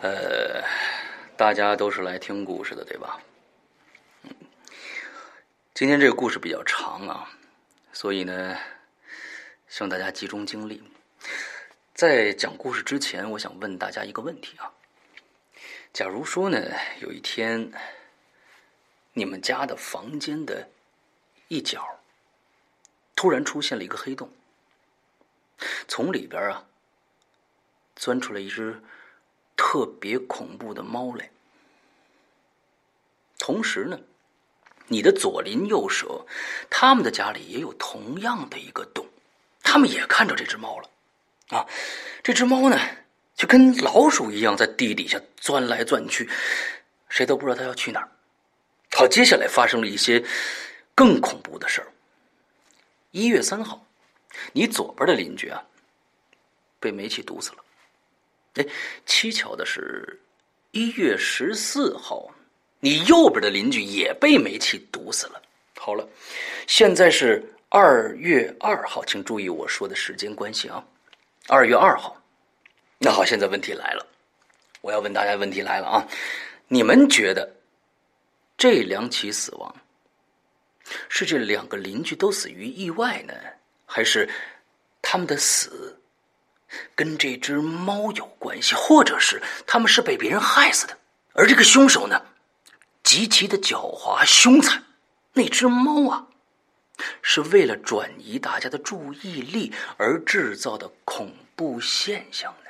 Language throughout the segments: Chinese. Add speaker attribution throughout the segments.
Speaker 1: 呃，大家都是来听故事的，对吧？嗯，今天这个故事比较长啊，所以呢，希望大家集中精力。在讲故事之前，我想问大家一个问题啊：假如说呢，有一天你们家的房间的一角突然出现了一个黑洞，从里边啊钻出来一只特别恐怖的猫来，同时呢，你的左邻右舍他们的家里也有同样的一个洞，他们也看着这只猫了。啊，这只猫呢，就跟老鼠一样在地底下钻来钻去，谁都不知道它要去哪儿。好，接下来发生了一些更恐怖的事儿。一月三号，你左边的邻居啊，被煤气毒死了。哎，蹊跷的是，一月十四号，你右边的邻居也被煤气毒死了。好了，现在是二月二号，请注意我说的时间关系啊。二月二号。那好，现在问题来了，我要问大家问题来了啊！你们觉得这两起死亡是这两个邻居都死于意外呢，还是他们的死跟这只猫有关系，或者是他们是被别人害死的？而这个凶手呢，极其的狡猾凶残，那只猫啊，是为了转移大家的注意力而制造的恐怖现象呢？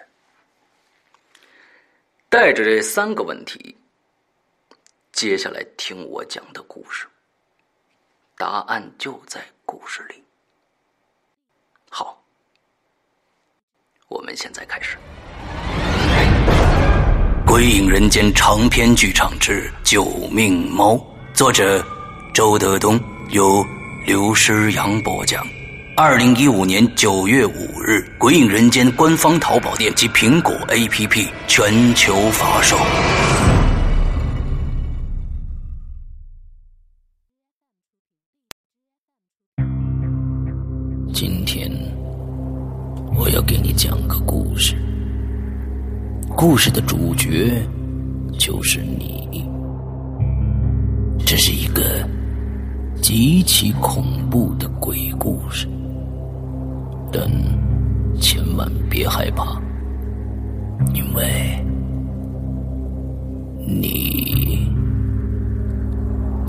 Speaker 1: 带着这三个问题，接下来听我讲的故事，答案就在故事里。好，我们现在开始。《鬼影人间》长篇剧场之《救命猫》，作者周德东，由刘诗阳播讲。二零一五年九月五日，《鬼影人间》官方淘宝店及苹果 APP 全球发售。今天我要给你讲个故事。故事的主角就是你。这是一个极其恐怖的鬼故事，但千万别害怕，因为你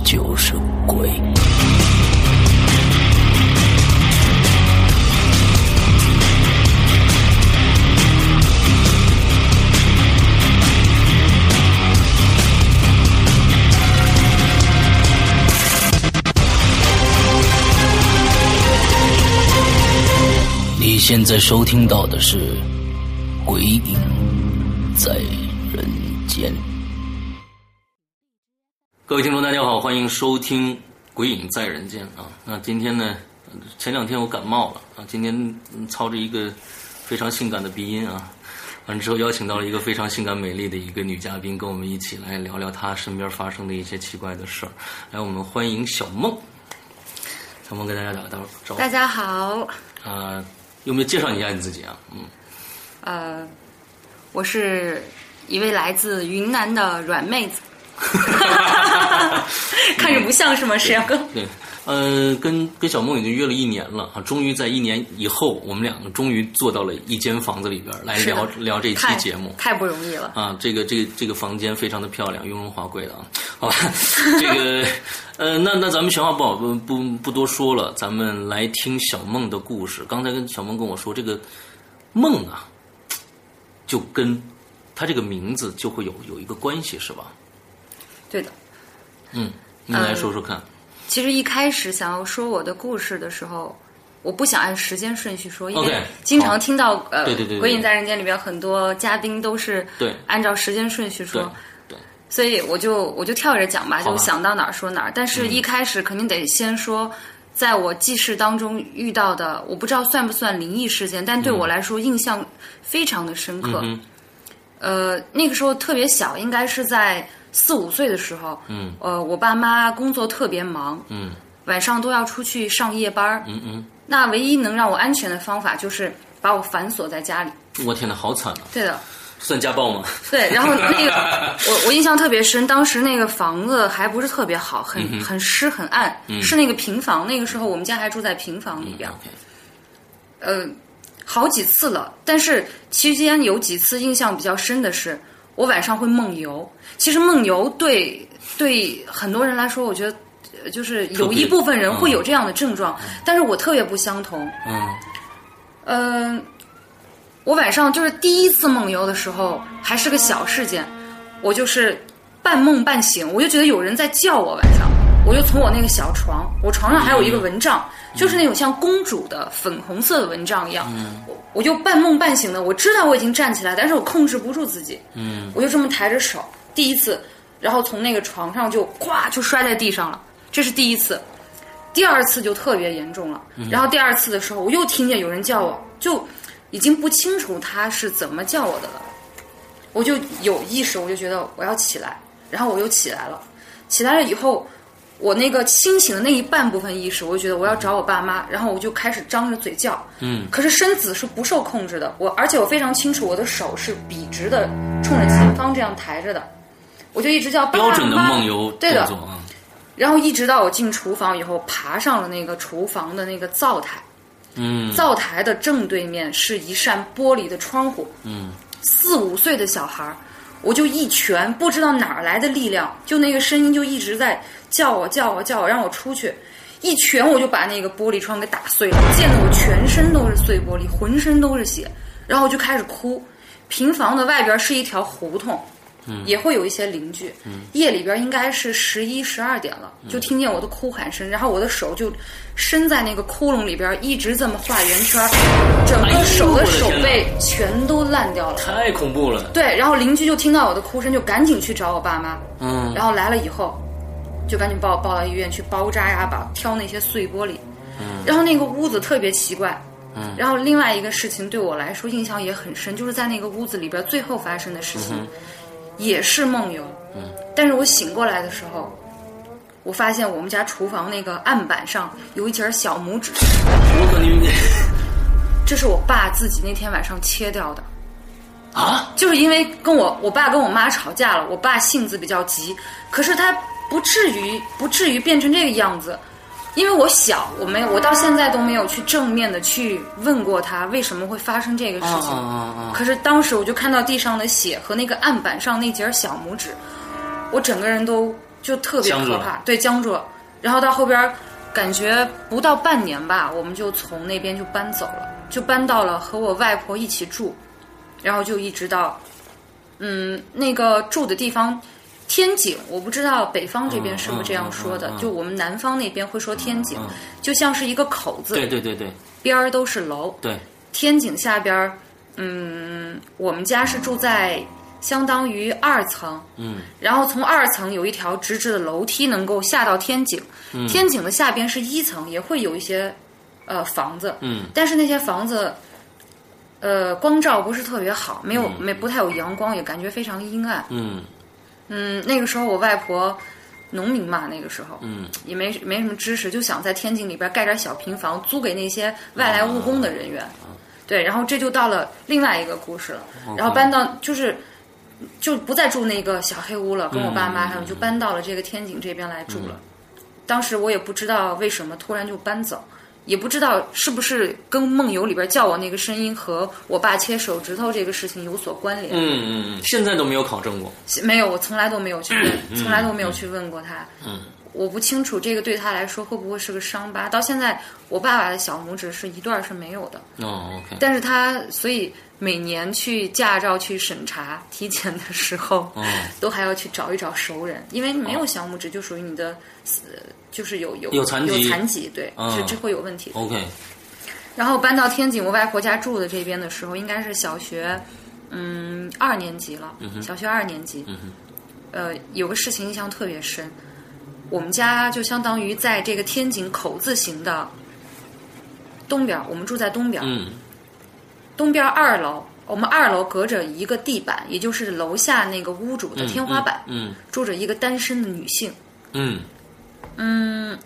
Speaker 1: 就是鬼。你现在收听到的是《鬼影在人间》。各位听众，大家好，欢迎收听《鬼影在人间》啊。那今天呢，前两天我感冒了啊，今天嗯操着一个非常性感的鼻音啊，完之后邀请到了一个非常性感美丽的一个女嘉宾，跟我们一起来聊聊她身边发生的一些奇怪的事儿。来，我们欢迎小梦。小梦跟大家打个招呼
Speaker 2: 大。家好，
Speaker 1: 啊，有没有介绍一下你自己啊？嗯，
Speaker 2: 呃，我是一位来自云南的软 妹子，看着不像是吗，啊石阳哥？
Speaker 1: 对，呃，跟跟小梦已经约了一年了啊，终于在一年以后，我们两个终于坐到了一间房子里边儿来
Speaker 2: 是的
Speaker 1: 聊聊这一期
Speaker 2: 太
Speaker 1: 节目。
Speaker 2: 太不容易了。
Speaker 1: 啊，这个这个这个房间非常的漂亮，雍容华贵的啊，好吧， 这个呃，那那咱们闲话不好不不不多说了，咱们来听小梦的故事。刚才跟小梦跟我说，这个梦啊，就跟他这个名字就会有有一个关系是吧？
Speaker 2: 对的，
Speaker 1: 嗯，你来说说看，
Speaker 2: 其实一开始想要说我的故事的时候，我不想按时间顺序说，因
Speaker 1: OK，
Speaker 2: 为经常听到呃，
Speaker 1: 对对对对
Speaker 2: 鬼影在人间》里边很多嘉宾都是
Speaker 1: 对
Speaker 2: 按照时间顺序
Speaker 1: 对
Speaker 2: 说，
Speaker 1: 对，
Speaker 2: 所以我就我就跳着讲吧，
Speaker 1: 好吧嗯
Speaker 2: 就想到哪儿说哪儿。但是一开始肯定得先说，在我记事当中遇到的，我不知道算不算灵异事件，但对我来说印象非常的深刻。
Speaker 1: 嗯
Speaker 2: 呃，那个时候特别小，应该是在四五岁的时候。
Speaker 1: 嗯，
Speaker 2: 呃，我爸妈工作特别忙，
Speaker 1: 嗯
Speaker 2: 晚上都要出去上夜班儿。
Speaker 1: 嗯嗯。
Speaker 2: 那唯一能让我安全的方法就是把我反锁在家里。
Speaker 1: 我天哪，好惨啊！
Speaker 2: 对的，
Speaker 3: 算家 暴吗？
Speaker 2: 对，然后那个我我印象特别深，当时那个房子还不是特别好，很、很湿很暗，是那个平房。那个时候我们家还住在平房里边，
Speaker 3: OK
Speaker 2: 呃，好几次了。但是期间有几次印象比较深的是，我晚上会梦游。其实梦游对对很多人来说，我觉得呃就是有一部分人会有这样的症状，但是我特别不相同。
Speaker 3: 嗯
Speaker 2: 嗯，我晚上就是第一次梦游的时候，还是个小事件，我就是半梦半醒，我就觉得有人在叫我晚上，我就从我那个小床，我床上还有一个蚊帐，就是那种像公主的粉红色的蚊帐一样，我我就半梦半醒的，我知道我已经站起来，但是我控制不住自己，
Speaker 3: 嗯，
Speaker 2: 我就这么抬着手，第一次，然后从那个床上就咵就摔在地上了，这是第一次。第二次就特别严重了，
Speaker 3: 嗯
Speaker 2: 然后第二次的时候，我又听见有人叫我，就已经不清楚他是怎么叫我的了，我就有意识，我就觉得我要起来，然后我又起来了，起来了以后，我那个清醒的那一半部分意识，我就觉得我要找我爸妈，然后我就开始张着嘴叫，
Speaker 3: 嗯，
Speaker 2: 可是身子是不受控制的，我而且我非常清楚我的手是笔直的，冲着前方这样抬着的，我就一直叫爸
Speaker 3: 标准的
Speaker 2: 妈
Speaker 3: 梦游动
Speaker 2: 对的，
Speaker 3: 作啊，
Speaker 2: 然后一直到我进厨房以后，爬上了那个厨房的那个灶台，
Speaker 3: 嗯
Speaker 2: 灶台的正对面是一扇玻璃的窗户。
Speaker 3: 嗯
Speaker 2: 四五岁的小孩儿，我就一拳，不知道哪儿来的力量，就那个声音就一直在叫我叫我叫我，让我出去。一拳我就把那个玻璃窗给打碎了，溅得我全身都是碎玻璃，浑身都是血，然后我就开始哭。平房的外边是一条胡同，也会有一些邻居。夜里边应该是十一十二点了，就听见我的哭喊声，然后我的手就伸在那个窟窿里边，一直这么画圆圈儿，整
Speaker 3: 哎呦
Speaker 2: 个手
Speaker 3: 我的
Speaker 2: 的手
Speaker 3: 天哪
Speaker 2: 背全都烂掉了。
Speaker 3: 太恐怖了，
Speaker 2: 对，然后邻居就听到我的哭声，就赶紧去找我爸妈。
Speaker 3: 嗯
Speaker 2: 然后来了以后，就赶紧把我抱到医院去包扎呀，把挑那些碎玻璃。然后那个屋子特别奇怪。然后另外一个事情对我来说印象也很深，就是在那个屋子里边最后发生的事情，也是梦游。
Speaker 3: 嗯
Speaker 2: 但是我醒过来的时候，我发现我们家厨房那个案板上有一截小拇指，
Speaker 3: 我可你
Speaker 2: 这是我爸自己那天晚上切掉的。
Speaker 3: 啊，
Speaker 2: 就是因为跟我我爸跟我妈吵架了，我爸性子比较急，可是他不至于不至于变成这个样子，因为我小，我没有，我到现在都没有去正面的去问过他为什么会发生这个事情。
Speaker 3: 啊
Speaker 2: 可是当时我就看到地上的血和那个案板上那截小拇指，我整个人都就特别
Speaker 3: 僵住
Speaker 2: 可
Speaker 3: 了
Speaker 2: 怕，对，僵住了。然后到后边儿，感觉不到半年吧，我们就从那边就搬走了，就搬到了和我外婆一起住，然后就一直到，嗯，那个住的地方。天井，我不知道北方这边是不是这样说的，
Speaker 3: 嗯嗯嗯嗯嗯
Speaker 2: 就我们南方那边会说天井，
Speaker 3: 嗯
Speaker 2: 就像是一个口
Speaker 3: 对
Speaker 2: 子，
Speaker 3: 对对对
Speaker 2: 边儿都是楼，
Speaker 3: 对，
Speaker 2: 天井下边儿，嗯，我们家是住在相当于二层，
Speaker 3: 嗯
Speaker 2: 然后从二层有一条直直的楼梯能够下到天井，
Speaker 3: 嗯
Speaker 2: 天井的下边是一层，也会有一些呃房子，
Speaker 3: 嗯
Speaker 2: 但是那些房子，呃，光照不是特别好，没有、没不太有阳光，也感觉非常阴暗。
Speaker 3: 嗯
Speaker 2: 嗯，那个时候我外婆农民嘛，那个时候，
Speaker 3: 嗯
Speaker 2: 也没没什么知识，就想在天井里边盖点小平房，租给那些外来务工的人员。对，然后这就到了另外一个故事了。然后搬到就是就不再住那个小黑屋了，跟我爸妈他们就搬到了这个天井这边来住了。当时我也不知道为什么突然就搬走，也不知道是不是跟梦游里边叫我那个声音和我爸切手指头这个事情有所关联。
Speaker 3: 嗯嗯，现在都没有考证过，
Speaker 2: 没有，我从来都没有去
Speaker 3: 嗯
Speaker 2: 问，从来都没有去问过他。嗯，我不清楚这个对他来说会不会是个伤疤。到现在，我爸爸的小拇指是一段儿是没有的，
Speaker 3: 哦 OK，
Speaker 2: 但是他所以每年去驾照去审查体检的时候，
Speaker 3: 哦
Speaker 2: 都还要去找一找熟人，因为没有小拇指就属于你的，呃，就是有有
Speaker 3: 有残疾
Speaker 2: 有残疾，对，
Speaker 3: 嗯
Speaker 2: 这这会有问题的。
Speaker 3: OK，
Speaker 2: 然后搬到天津我外婆家住的这边的时候，应该是小学，嗯，二年级了，小学二年
Speaker 3: 嗯
Speaker 2: 级。呃，有个事情印象特别深，我们家就相当于在这个天井口字形的东边儿，我们住在东边儿，
Speaker 3: 嗯
Speaker 2: 东边儿二楼，我们二楼隔着一个地板，也就是楼下那个屋主的天花板，
Speaker 3: 嗯
Speaker 2: 住着一个单身的女性。
Speaker 3: 嗯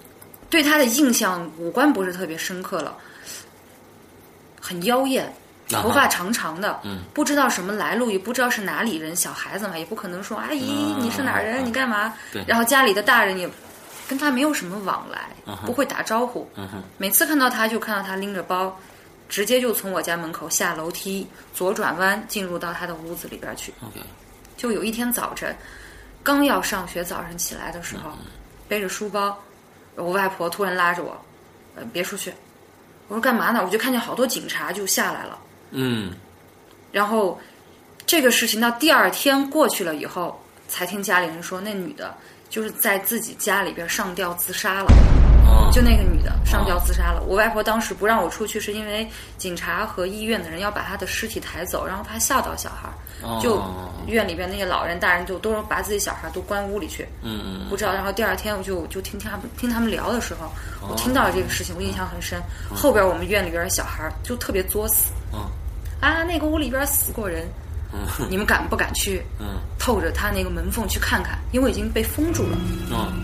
Speaker 2: 对她的印象五官不是特别深刻了，很妖
Speaker 3: 啊
Speaker 2: 艳，
Speaker 3: 哈嗯
Speaker 2: 头发长长的，不知道什么来路，也不知道是哪里人，小孩子嘛，也不可能说阿姨
Speaker 3: 啊
Speaker 2: 你是哪儿
Speaker 3: 啊
Speaker 2: 人，你干嘛
Speaker 3: 对？
Speaker 2: 然后家里的大人也跟他没有什么往来，不会打招呼。
Speaker 3: 啊嗯哼，
Speaker 2: 每次看到他就看到他拎着包，直接就从我家门口下楼梯，左转弯进入到他的屋子里边去。
Speaker 3: ，OK，
Speaker 2: 就有一天早晨，刚要上学，早上起来的时候，
Speaker 3: 嗯
Speaker 2: 背着书包，我外婆突然拉着我，呃，别出去。我说干嘛呢？我就看见好多警察就下来了。
Speaker 3: 嗯，
Speaker 2: 然后这个事情到第二天过去了以后，才听家里人说，那女的就是在自己家里边上吊自杀了。
Speaker 3: 哦，
Speaker 2: 就那个女的上吊自杀了。我外婆当时不让我出去，是因为警察和医院的人要把她的尸体抬走，然后怕吓到小孩儿。
Speaker 3: 哦
Speaker 2: 就院里边那些老人、大人就都把自己小孩都关屋里去，
Speaker 3: 嗯
Speaker 2: 不知道。然后第二天我就就听他们听他们聊的时候，
Speaker 3: 哦
Speaker 2: 我听到了这个事情，我印象很深。后边我们院里边的小孩儿就特别作死
Speaker 3: 嗯
Speaker 2: 啊，那个屋里边死过人，
Speaker 3: 嗯
Speaker 2: 你们敢不敢去
Speaker 3: 嗯
Speaker 2: 透着他那个门缝去看看？因为已经被封住了。
Speaker 3: 嗯，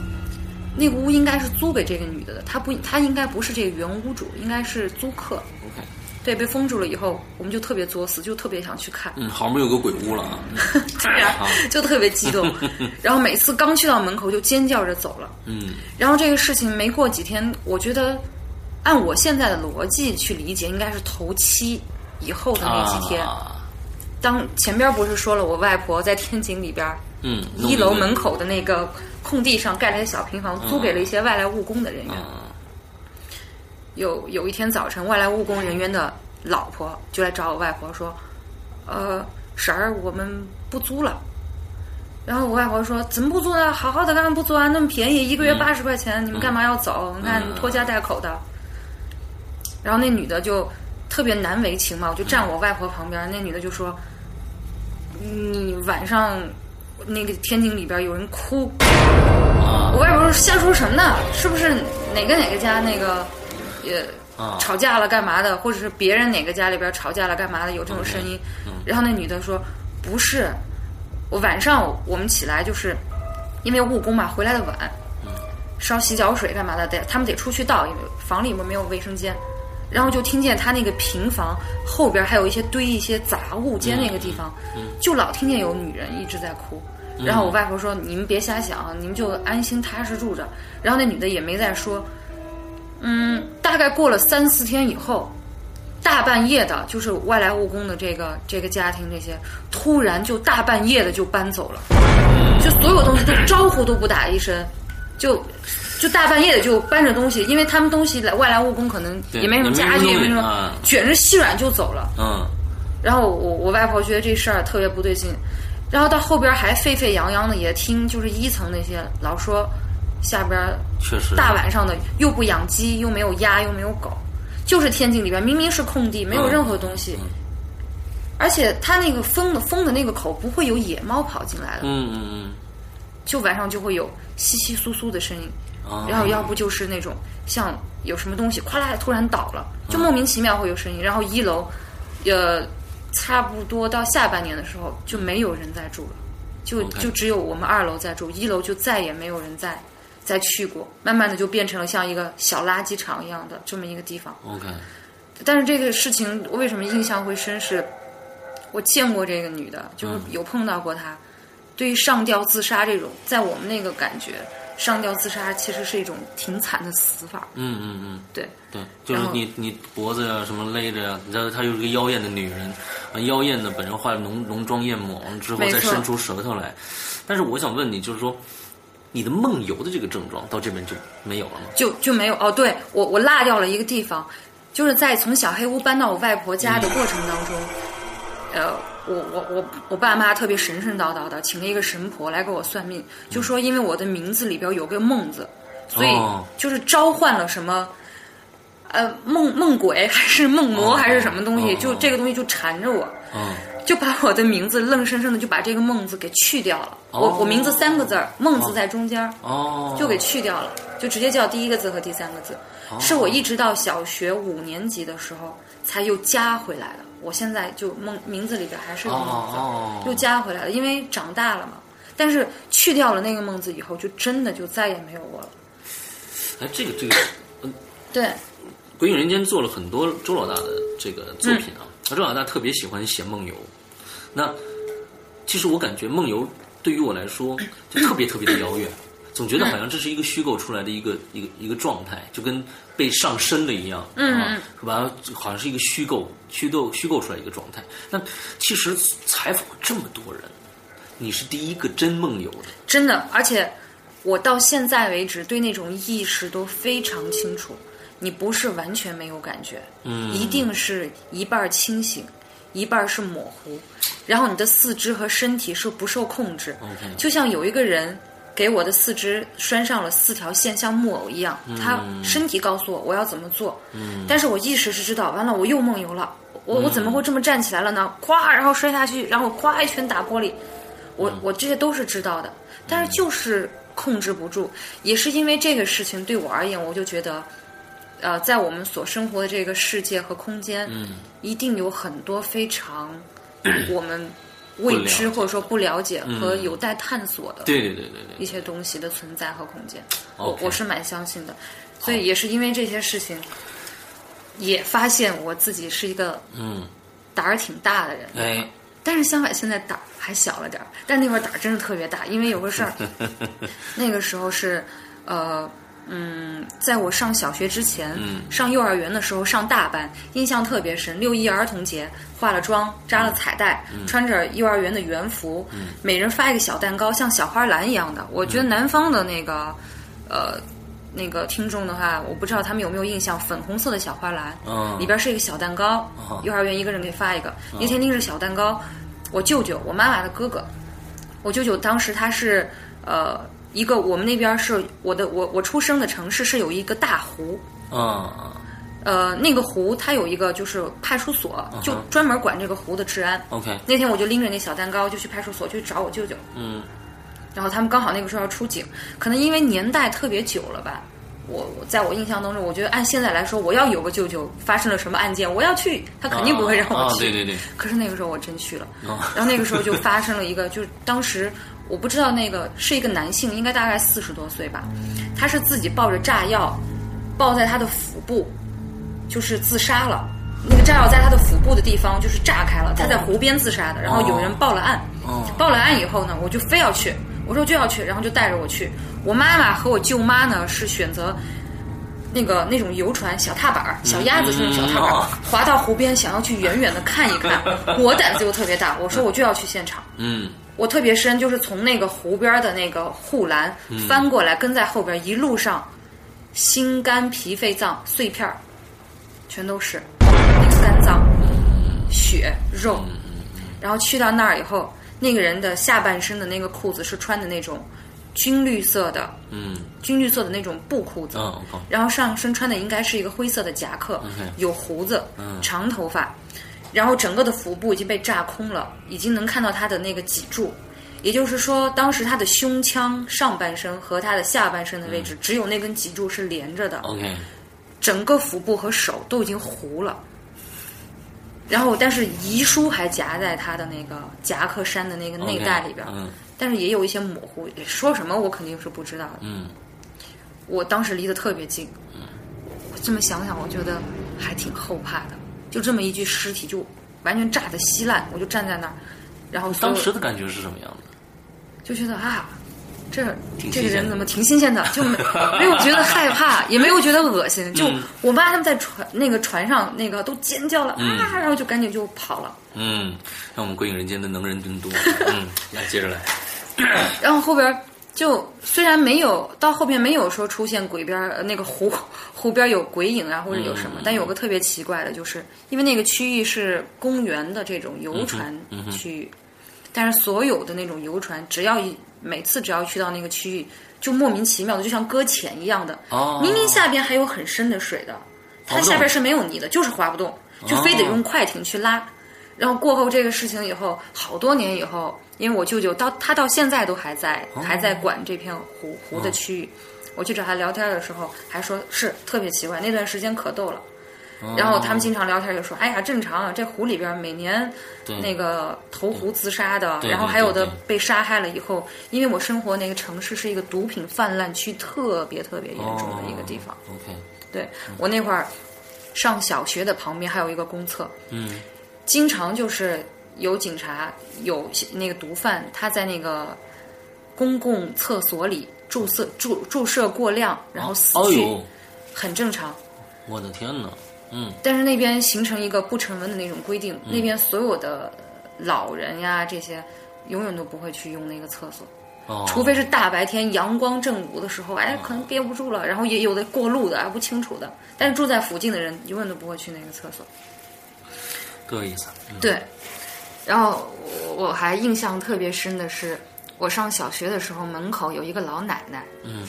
Speaker 2: 那个屋应该是租给这个女的的，她不，她应该不是这个原屋主，应该是租客。
Speaker 3: ，OK，
Speaker 2: 对，被封住了以后，我们就特别作死，就特别想去看，
Speaker 3: 嗯，好像没有个鬼屋了 啊。
Speaker 2: 对呀， 就特别激动。然后每次刚去到门口就尖叫着走了。
Speaker 3: 嗯
Speaker 2: 然后这个事情没过几天，我觉得按我现在的逻辑去理解，应该是头七以后的那几天。
Speaker 3: 啊
Speaker 2: 当前边不是说了，我外婆在天井里边儿
Speaker 3: 嗯，
Speaker 2: 一楼门口的那个嗯空地上盖了一个小平房，租给了一些外来务工的人员。
Speaker 3: 啊，
Speaker 2: 有有一天早晨，外来务工人员的老婆就来找我外婆说：“呃，婶儿，我们不租了。”然后我外婆说：“怎么不租呢？好好的干嘛不租啊？那么便宜，一个月八十块钱，你们干嘛要走？你看
Speaker 3: 嗯
Speaker 2: 拖家带口的。”然后那女的就特别难为情嘛，我就站我外婆旁边，那女的就说：“你嗯晚上那个天井里边有人哭。”我外婆说：“瞎说什么呢？是不是哪个哪个家那个也
Speaker 3: 啊
Speaker 2: 吵架了干嘛的，或者是别人哪个家里边吵架了干嘛的有这种声音？”然后那女的说：“不是，我晚上我们起来就是因为务工嘛，回来的晚，烧洗脚水干嘛的，得他们得出去倒，因为房里面没有卫生间。”然后就听见他那个平房后边还有一些堆一些杂物间那个地方，就老听见有女人一直在哭。然后我外婆说：“你们别瞎想，你们就安心踏实住着。”然后那女的也没再说。嗯，大概过了三四天以后，大半夜的，就是外来务工的这个这个家庭这些，突然就大半夜的就搬走了，就所有东西都招呼都不打一声，就就大半夜的就搬着东西，因为他们东西来外来务工可能
Speaker 3: 对
Speaker 2: 也没什么家具，
Speaker 3: 也
Speaker 2: 也
Speaker 3: 没
Speaker 2: 没
Speaker 3: 什么东西
Speaker 2: 什么
Speaker 3: 啊，
Speaker 2: 卷着细软就走了。
Speaker 3: 嗯
Speaker 2: 然后我我外婆觉得这事儿特别不对劲，然后到后边还沸沸扬扬的也听，就是一层那些老说下边儿
Speaker 3: 确实
Speaker 2: 大晚上的又不养鸡，又没有鸭，又没有狗，就是天井里边明明是空地，没有
Speaker 3: 嗯
Speaker 2: 任何东西，而且它那个封的封的那个口不会有野猫跑进来的，
Speaker 3: 嗯嗯
Speaker 2: 就晚上就会有窸窸窣窣的声音，
Speaker 3: 嗯，啊
Speaker 2: 然后要不就是那种像有什么东西咵啦突然倒了，就莫名其妙会有声音。然后一楼，呃，差不多到下半年的时候就没有人在住了，就
Speaker 3: OK
Speaker 2: 就只有我们二楼在住，一楼就再也没有人再再去过，慢慢的就变成了像一个小垃圾场一样的这么一个地方。
Speaker 3: OK，
Speaker 2: 但是这个事情我为什么印象会深是，我见过这个女的，就是有碰到过她。对于上吊自杀这种，在我们那个感觉，上吊自杀其实是一种挺惨的死法。
Speaker 3: 嗯嗯嗯。
Speaker 2: 对，
Speaker 3: 对，就是
Speaker 2: 然后
Speaker 3: 你你脖子呀、什么勒着呀、你知道她又是个妖艳的女人，啊，妖艳的本人化浓浓妆艳抹完之后
Speaker 2: 没
Speaker 3: 再
Speaker 2: 错
Speaker 3: 伸出舌头来。但是我想问你，就是说，你的梦游的这个症状到这边就没有了吗？
Speaker 2: 就就没有哦。对我我落掉了一个地方，就是在从小黑屋搬到我外婆家的过程当中，呃，我我我我爸妈特别神神叨叨的，请了一个神婆来给我算命，就说因为我的名字里边有个梦字，所以
Speaker 3: 哦
Speaker 2: 就是召唤了什么。呃，梦梦鬼还是梦
Speaker 3: 哦
Speaker 2: 魔还是什么东西？
Speaker 3: 哦
Speaker 2: 就这个东西就缠着我，
Speaker 3: 嗯，
Speaker 2: 就把我的名字愣生生的就把这个梦字给去掉了。
Speaker 3: 哦
Speaker 2: 我我名字三个字儿，梦字在中间儿。
Speaker 3: 哦，哦
Speaker 2: 就给去掉了，就直接叫第一个字和第三个字。是我一直到小学五年级的时候才又加回来的。我现在就梦名字里边还是有个梦字，
Speaker 3: 哦哦
Speaker 2: 又加回来了，因为长大了嘛。但是去掉了那个梦字以后，就真的就再也没有我了。
Speaker 3: 哎，这个这个，
Speaker 2: 对，嗯
Speaker 3: 《鬼影人间》做了很多周老大的这个作品啊，那周老大特别喜欢写梦游。那其实我感觉梦游对于我来说就特别特别的遥远，总觉得
Speaker 2: 嗯
Speaker 3: 好像这是一个虚构出来的一个一个一个状态，就跟被上身了一样，
Speaker 2: 嗯
Speaker 3: 啊，完了好像是一个虚构虚构虚构出来一个状态。那其实采访这么多人，你是第一个真梦游的。
Speaker 2: 真的，而且我到现在为止对那种意识都非常清楚。你不是完全没有感觉，嗯，一定是一半儿清醒，一半儿是模糊，然后你的四肢和身体是不受控制。
Speaker 3: OK
Speaker 2: 就像有一个人给我的四肢拴上了四条线，像木偶一样，他身体告诉我我要怎么做，嗯，但是我意识是知道，完了我又梦游了，我我怎么会这么站起来了呢？咵，然后摔下去，然后咵一拳打玻璃，我我这些都是知道的，但是就是控制不住，也是因为这个事情对我而言，我就觉得。呃，在我们所生活的这个世界和空间，嗯，一定有很多非 常我们未
Speaker 3: 不
Speaker 2: 知
Speaker 3: 了解
Speaker 2: 或者说不了解和
Speaker 3: 嗯
Speaker 2: 有待探索的
Speaker 3: 对对对对对，
Speaker 2: 一些东西的存在和空间。我
Speaker 3: OK
Speaker 2: 我是蛮相信的，所以也是因为这些事情，也发现我自己是一个
Speaker 3: 嗯，
Speaker 2: 胆儿挺大的人。
Speaker 3: 哎，
Speaker 2: 但是相反，现在胆儿还小了点儿，但那会儿胆儿真是特别大，因为有个事儿，那个时候是，呃，嗯，在我上小学之前，上幼儿园的时候上大班，印象特别深。六一儿童节，化了妆，扎了彩带，穿着幼儿园的园服，每人发一个小蛋糕，像小花篮一样的。我觉得南方的那个，呃。那个听众的话，我不知道他们有没有印象，粉红色的小花篮，
Speaker 3: 嗯
Speaker 2: 里边是一个小蛋糕，
Speaker 3: 哦
Speaker 2: 幼儿园一个人给发一个。那天拎着小蛋糕，我舅舅，我妈妈的哥哥，我舅舅当时他是呃一个我们那边是我的我我出生的城市是有一个大湖，
Speaker 3: 啊
Speaker 2: 呃那个湖它有一个就是派出所，就专门管这个湖的治安。
Speaker 3: ，OK，
Speaker 2: 那天我就拎着那小蛋糕就去派出所去找我舅舅，
Speaker 3: 嗯，
Speaker 2: 然后他们刚好那个时候要出警，可能因为年代特别久了吧。我我在我印象当中，我觉得按现在来说，我要有个舅舅发生了什么案件，我要去，他肯定不会让我去。
Speaker 3: 啊啊对对对，
Speaker 2: 可是那个时候我真去了，
Speaker 3: 啊
Speaker 2: 然后那个时候就发生了一个，就是当时我不知道那个是一个男性，应该大概四十多岁吧，
Speaker 3: 嗯
Speaker 2: 他是自己抱着炸药，抱在他的腹部，就是自杀了。那个炸药在他的腹部的地方就是炸开了，他在湖边自杀的，然后有人报了案，
Speaker 3: 哦
Speaker 2: 报了案以后呢，我就非要去，我说就要去，然后就带着我去。我妈妈和我舅妈呢是选择那个那种游船小踏板儿，小鸭子是那种小踏板儿，
Speaker 3: 嗯哦
Speaker 2: 滑到湖边，想要去远远的看一 看。我胆子又特别大，我说我就要去现场。
Speaker 3: 嗯，
Speaker 2: 我特别深，就是从那个湖边的那个护栏
Speaker 3: 嗯
Speaker 2: 翻过来，跟在后边，一路上心肝脾肺脏碎片儿全都是，那个肝脏、血、肉。
Speaker 3: 嗯
Speaker 2: 然后去到那儿以后，那个人的下半身的那个裤子是穿的那种军绿色的，
Speaker 3: 嗯，
Speaker 2: 军绿色的那种布裤子。
Speaker 3: 啊，我靠，
Speaker 2: 然后上身穿的应该是一个灰色的夹克
Speaker 3: OK 嗯
Speaker 2: 有胡子，长头发，然后整个的腹部已经被炸空了，已经能看到他的那个脊柱，也就是说，当时他的胸腔上半身和他的下半身的位
Speaker 3: 嗯
Speaker 2: 置，只有那根脊柱是连着的，
Speaker 3: OK，
Speaker 2: 整个腹部和手都已经糊了。然后，但是遗书还夹在他的那个夹克衫的那个内袋里边
Speaker 3: OK，嗯
Speaker 2: 但是也有一些模糊，说什么我肯定是不知道的。
Speaker 3: 嗯，
Speaker 2: 我当时离得特别近，我这么想想，我觉得还挺后怕的。就这么一具尸体，就完全炸得稀烂，我就站在那儿，然后所有
Speaker 3: 当时的感觉是什么样的？
Speaker 2: 就觉得啊，这
Speaker 3: 挺
Speaker 2: 这
Speaker 3: 新
Speaker 2: 个
Speaker 3: 鲜
Speaker 2: 人
Speaker 3: 的
Speaker 2: 怎么挺新鲜的， 就没没有觉得害怕，也没有觉得恶心。就
Speaker 3: 嗯
Speaker 2: 我妈他们在船那个船上那个都尖叫了啊，然后就赶紧就跑了。
Speaker 3: 嗯，让我们鬼影人间的能人真 多。嗯，来接着来。
Speaker 2: 然后后边儿就虽然没有到后边没有说出现鬼边儿呃那个湖 湖边儿有鬼影啊或者有什么，但有个特别奇怪的，就是因为那个区域是公园的这种游船区域，但是所有的那种游船，只要一每次只要去到那个区域，就莫名其妙的就像搁浅一样的，
Speaker 3: 哦
Speaker 2: 明明下边还有很深的水的，它
Speaker 3: 不动
Speaker 2: 下边是没有泥的，就是划不动，就非得用快艇去拉。然后过后这个事情以后，好多年以后，因为我舅舅到他到现在都还在、还在管这片湖湖的区域。我去找他聊天的时候，还说是特别奇怪，那段时间可逗了。然后他们经常聊天就说：“哎呀，正常啊，这湖里边每年
Speaker 3: 对
Speaker 2: 那个投湖自杀的，
Speaker 3: 嗯对
Speaker 2: 然后还有
Speaker 3: 对
Speaker 2: 的
Speaker 3: 对
Speaker 2: 被杀害了以后，因为我生活那个城市是一个毒品泛滥区，特别特别严重的一个地方。
Speaker 3: 哦 OK，
Speaker 2: 对我那会儿上小学的旁边还有一个公厕，
Speaker 3: 嗯，
Speaker 2: 经常就是有警察有那个毒贩，他在那个公共厕所里注射注注射过量，然后死
Speaker 3: 哦
Speaker 2: 去，
Speaker 3: 呦，
Speaker 2: 很正常。
Speaker 3: 我的天哪！嗯，
Speaker 2: 但是那边形成一个不成文的那种规定，那边所有的老人呀这些，永远都不会去用那个厕所，
Speaker 3: 哦，
Speaker 2: 除非是大白天阳光正午的时候，哎，可能憋不住了，然后也有的过路的，哎，不清楚的，但是住在附近的人永远都不会去那个厕所。
Speaker 3: 多有意思。嗯
Speaker 2: 对，然后我我还印象特别深的是，我上小学的时候，门口有一个老奶奶，
Speaker 3: 嗯，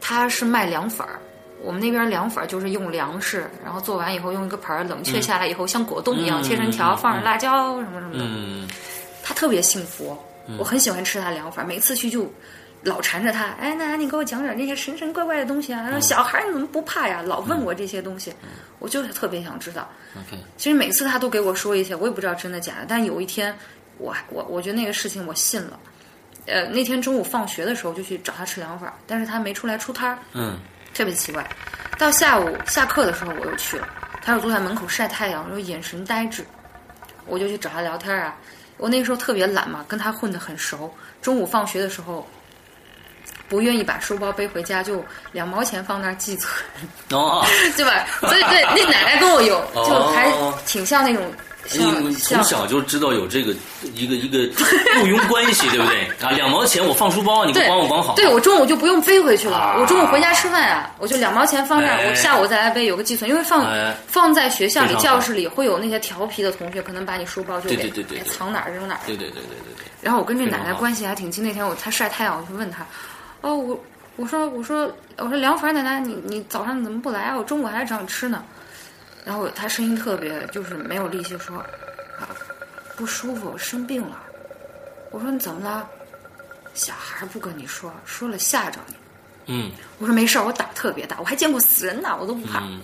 Speaker 2: 她是卖凉粉儿。我们那边凉粉儿就是用粮食，然后做完以后用一个盆儿冷却下来以后，像果冻一样
Speaker 3: 嗯
Speaker 2: 切成条，
Speaker 3: 嗯
Speaker 2: 放上辣椒什么什么的。
Speaker 3: 嗯，
Speaker 2: 她特别幸福，我很喜欢吃她凉粉儿，每次去就老缠着她，哎，奶奶你给我讲点那些神神怪怪的东西啊，让小孩儿你怎么不怕呀？老问我这些东西，我就是特别想知道。
Speaker 3: OK，
Speaker 2: 其实每次他都给我说一些，我也不知道真的假的。但有一天，我我我觉得那个事情我信了。呃，那天中午放学的时候就去找他吃凉粉儿，但是他没出来出摊儿，
Speaker 3: 嗯，
Speaker 2: 特别奇怪。到下午下课的时候我又去了，他又坐在门口晒太阳，然后眼神呆滞。我就去找他聊天啊。我那时候特别懒嘛，跟他混得很熟。中午放学的时候，不愿意把书包背回家，就两毛钱放那儿寄存。
Speaker 3: 哦，
Speaker 2: 对吧？所以对那奶奶跟我有，
Speaker 3: 哦
Speaker 2: 就还挺像那种像
Speaker 3: 你从
Speaker 2: 像
Speaker 3: 小就知道有这个一个一个雇佣关系，对不对？啊，两毛钱我放书包，你
Speaker 2: 对
Speaker 3: 帮我绑好。
Speaker 2: 对，我中午就不用飞回去了，
Speaker 3: 啊
Speaker 2: 我中午回家吃饭啊，我就两毛钱放这儿，
Speaker 3: 哎
Speaker 2: 我下午再来背，有个寄存，因为放、
Speaker 3: 哎
Speaker 2: 放在学校里
Speaker 3: 非常好
Speaker 2: 教室里会有那些调皮的同学，可能把你书包就给
Speaker 3: 对对对对对
Speaker 2: 哎藏哪儿扔哪儿。
Speaker 3: 对对对对对对，
Speaker 2: 然后我跟这奶
Speaker 3: 非
Speaker 2: 奶
Speaker 3: 常好
Speaker 2: 关系还挺近，那天我她晒太阳，我就问她，哦，我我说我说我说凉粉儿奶奶，你你早上怎么不来啊？我中午还找你吃呢。然后她声音特别就是没有力气说，啊不舒服，我生病了。我说你怎么了？小孩儿不跟你说，说了吓着你。
Speaker 3: 嗯
Speaker 2: 我说没事儿，我胆儿特别大，我还见过死人呢，我都不怕。
Speaker 3: 嗯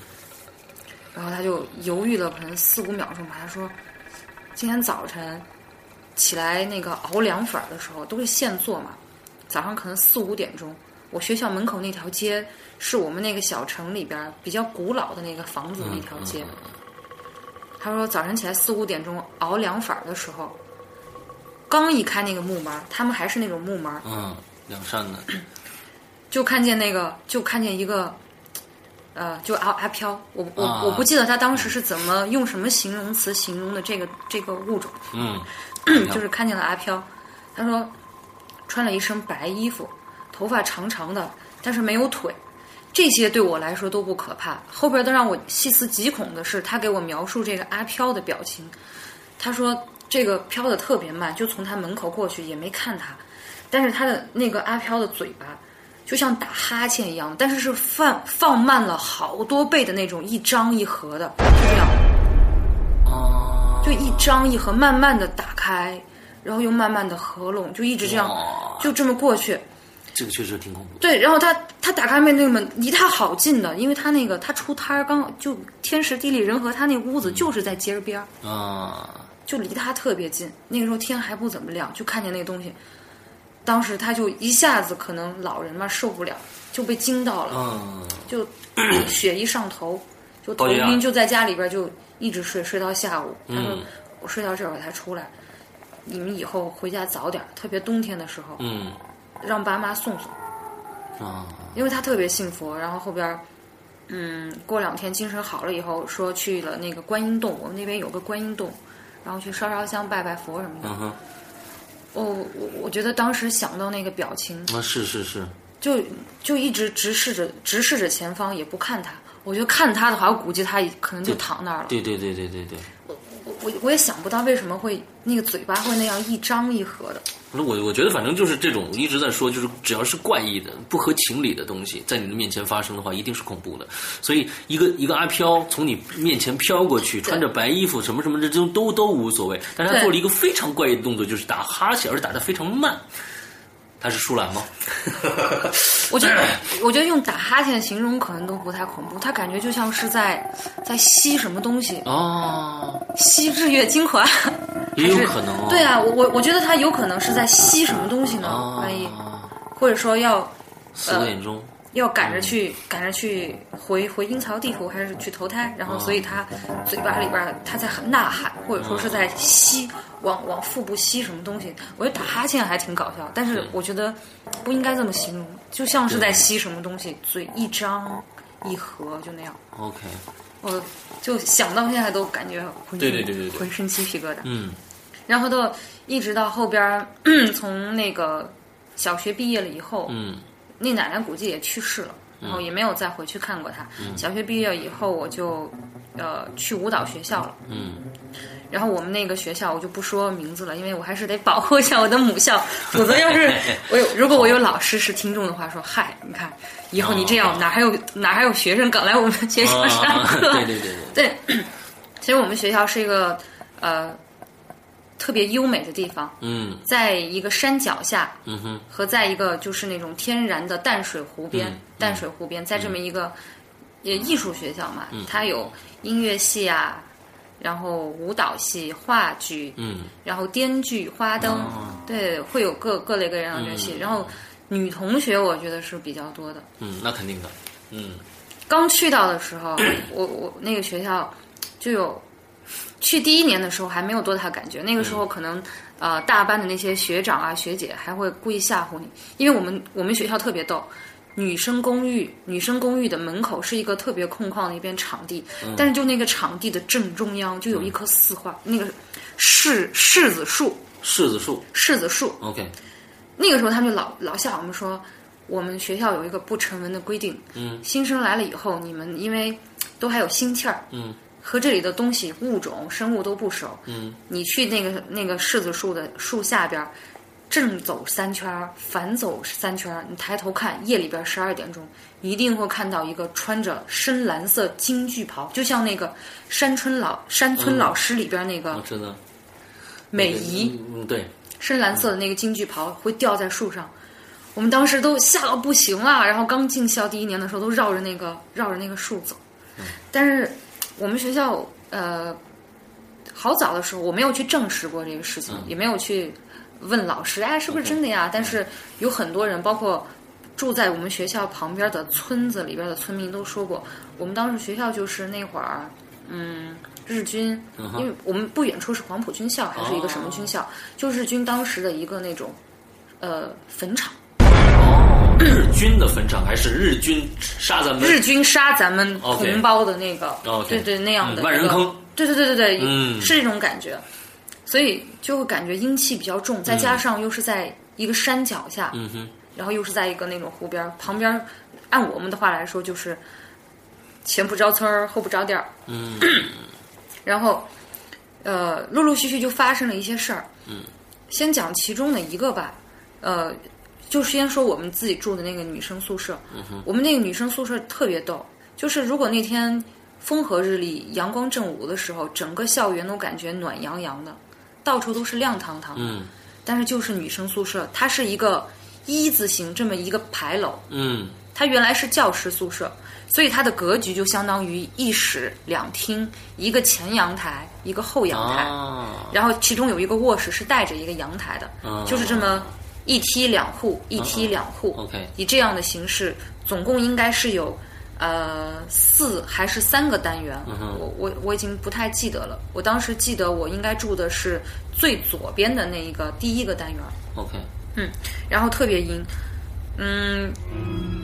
Speaker 2: 然后他就犹豫了可能四五秒钟吧，他说：“今天早晨起来那个熬凉粉儿的时候，都是现做嘛，早上可能四五点钟，我学校门口那条街是我们那个小城里边儿比较古老的那个房子那条街。他说早晨起来四五点钟熬凉粉儿的时候，刚一开那个木门儿，他们还是那种木门儿，
Speaker 3: 嗯，两扇的，
Speaker 2: 就看见那个，就看见一个，呃，就阿阿飘，我我、
Speaker 3: 啊
Speaker 2: 我不记得他当时是怎么用什么形容词形容的这个这个物种，
Speaker 3: 嗯，
Speaker 2: 就是看见了阿飘，他说穿了一身白衣服，头发长长的，但是没有腿，这些对我来说都不可怕。后边都让我细思极恐的是，他给我描述这个阿飘的表情，他说这个飘的特别慢，就从他门口过去，也没看他，但是他的那个阿飘的嘴巴。就像打哈欠一样，但是是放放慢了好多倍的那种，一张一合的，就这样。
Speaker 3: 哦，
Speaker 2: 就一张一合，慢慢的打开，然后又慢慢的合拢，就一直这样，
Speaker 3: 哇
Speaker 2: 就这么过去。
Speaker 3: 这个确实挺恐怖的。
Speaker 2: 对，然后他他打开那个门，离他好近的，因为他那个他出摊儿刚就天时地利人和，他那屋子就是在街儿边儿，
Speaker 3: 啊，
Speaker 2: 就离他特别近。那个时候天还不怎么亮，就看见那个东西，当时他就一下子可能老人嘛受不了，就被惊到了，
Speaker 3: 嗯，
Speaker 2: 就 血一上头，就头
Speaker 3: 高血压
Speaker 2: 晕，就在家里边就一直睡，睡到下午。他说
Speaker 3: 嗯
Speaker 2: 我睡到这会儿才出来，你们以后回家早点儿，特别冬天的时候，
Speaker 3: 嗯，
Speaker 2: 让爸妈送送，
Speaker 3: 啊，
Speaker 2: 因为他特别幸福。然后后边儿，嗯，过两天精神好了以后，说去了那个观音洞，我们那边有个观音洞，然后去烧烧香、拜拜佛什么的。
Speaker 3: 嗯哼，
Speaker 2: 哦，我我觉得当时想到那个表情，
Speaker 3: 啊，是是是，
Speaker 2: 就就一直直视着直视着前方，也不看他。我觉得看他的话，我估计他可能就躺那儿了。
Speaker 3: 对对对对对对。
Speaker 2: 我我我也想不到为什么会那个嘴巴会那样一张一合的。
Speaker 3: 那我我觉得反正就是这种，我一直在说，就是只要是怪异的、不合情理的东西在你的面前发生的话，一定是恐怖的。所以一个一个阿飘从你面前飘过去，穿着白衣服什么什么这都都都无所谓，但是他
Speaker 2: 对
Speaker 3: 做了一个非常怪异的动作，就是打哈欠，而且打得非常慢。他是舒兰吗？
Speaker 2: 我觉得，我觉得用打哈欠形容可能都不太恐怖，他感觉就像是在在吸什么东西，
Speaker 3: 哦，
Speaker 2: 吸日月精华，
Speaker 3: 也有
Speaker 2: 还是
Speaker 3: 可能哦
Speaker 2: 对啊，我我我觉得他有可能是在吸什么东西呢？
Speaker 3: 哦
Speaker 2: 万一，或者说要呃
Speaker 3: 四五点钟，
Speaker 2: 要赶着去赶着去回回阴曹地府，还是去投胎？然
Speaker 3: 嗯
Speaker 2: 后，所以他嘴巴里边儿他在呐喊，或者说是
Speaker 3: 嗯
Speaker 2: 在吸往往腹部吸什么东西。我觉得打哈欠还挺搞笑，但是我觉得不应该这么形容，就像是在吸什么东西，嘴一张一合就那样。
Speaker 3: OK，
Speaker 2: 我就想到现在都感觉浑身
Speaker 3: 对对对对对
Speaker 2: 浑身鸡皮疙瘩。
Speaker 3: 嗯
Speaker 2: 然后到一直到后边儿， 从那个小学毕业了以后，
Speaker 3: 嗯
Speaker 2: 那奶奶估计也去世了，然后也没有再回去看过她。小学毕业以后，我就呃去舞蹈学校了。
Speaker 3: 嗯，
Speaker 2: 然后我们那个学校我就不说名字了，因为我还是得保护一下我的母校，否则要是我有如果我有老师是听众的话，说嗨，你看以后你这样、
Speaker 3: 哦
Speaker 2: 哪还有哪还有学生敢来我们学校上
Speaker 3: 啊
Speaker 2: 课？
Speaker 3: 对对对对，
Speaker 2: 对，其实我们学校是一个呃特别优美的地方，
Speaker 3: 嗯
Speaker 2: 在一个山脚下，
Speaker 3: 嗯哼，
Speaker 2: 和在一个就是那种天然的淡水湖边，
Speaker 3: 嗯
Speaker 2: 淡水湖边，在这么一个也艺术学校嘛，
Speaker 3: 嗯
Speaker 2: 它有音乐系啊，然后舞蹈系、话剧，
Speaker 3: 嗯
Speaker 2: 然后滇剧、花灯，
Speaker 3: 哦
Speaker 2: 对，会有各各类各样的戏。然后女同学我觉得是比较多的。
Speaker 3: 嗯，那肯定的，嗯
Speaker 2: 刚去到的时候，我我那个学校就有去第一年的时候还没有多大感觉，那个时候可能、呃大班的那些学长啊学姐还会故意吓唬你，因为我们我们学校特别逗。女生公寓，女生公寓的门口是一个特别空旷的一片场地，但是就那个场地的正中央就有一棵四花，那个柿柿子树，
Speaker 3: 柿子树
Speaker 2: 柿子树，
Speaker 3: ，OK，
Speaker 2: 那个时候他们就老老吓我们说，我们学校有一个不成文的规定，
Speaker 3: 嗯
Speaker 2: 新生来了以后，你们因为都还有心气儿，
Speaker 3: 嗯
Speaker 2: 和这里的东西、物种、生物都不熟，
Speaker 3: 嗯
Speaker 2: 你去那个那个柿子树的树下边儿，正走三圈儿，反走三圈儿，你抬头看，夜里边十二点钟，一定会看到一个穿着深蓝色京剧袍，就像那个山村老山
Speaker 3: 嗯
Speaker 2: 村老师里边那
Speaker 3: 我
Speaker 2: 个
Speaker 3: 知道，
Speaker 2: 美姨，
Speaker 3: 嗯，嗯对，
Speaker 2: 深蓝色的那个京剧袍会掉在树上。我们当时都吓到不行了，然后刚进校第一年的时候都绕着那个绕着那个树走。
Speaker 3: 嗯
Speaker 2: 但是我们学校呃，好早的时候我没有去证实过这个事情，
Speaker 3: 嗯
Speaker 2: 也没有去问老师，哎，是不是真的呀？但是有很多人，包括住在我们学校旁边的村子里边的村民都说过，我们当时学校就是那会儿，嗯，日军，
Speaker 3: 嗯哼
Speaker 2: 因
Speaker 3: 哦
Speaker 2: 为我们不远处是黄埔军校还是一个什么军校，就日军当时的一个那种呃坟场，
Speaker 3: 哦，日军的坟场还是日军杀咱们，
Speaker 2: 日军杀咱们
Speaker 3: OK
Speaker 2: 同胞的那个
Speaker 3: OK
Speaker 2: 对对那样的、
Speaker 3: 嗯万人坑，
Speaker 2: 对对对对对，
Speaker 3: 嗯
Speaker 2: 是这种感觉，所以就会感觉阴气比较重，再加上又是在一个山脚下，
Speaker 3: 嗯哼，
Speaker 2: 然后又是在一个那种湖边儿旁边儿，按我们的话来说就是前不着村儿后不着店儿。嗯， 然后呃，陆陆续续就发生了一些事儿。嗯，先讲其中的一个吧。呃，就先说我们自己住的那个女生宿舍。嗯、我们那个女生宿舍特别逗，就是如果那天风和日丽、阳光正午的时候，整个校园都感觉暖洋洋的，到处都是亮堂堂的。
Speaker 3: 嗯
Speaker 2: 但是就是女生宿舍，它是一个一字形这么一个牌楼，
Speaker 3: 嗯
Speaker 2: 它原来是教师宿舍，所以它的格局就相当于一室两厅，一个前阳台，一个后阳台，
Speaker 3: 啊，
Speaker 2: 然后其中有一个卧室是带着一个阳台的，
Speaker 3: 哦
Speaker 2: 就是这么一梯两户，一梯两户，
Speaker 3: 哦，OK
Speaker 2: 以这样的形式，总共应该是有。呃，四还是三个单元？
Speaker 3: 哼
Speaker 2: 我我我已经不太记得了。我当时记得我应该住的是最左边的那一个第一个单元，
Speaker 3: OK，
Speaker 2: 嗯，然后特别阴。嗯，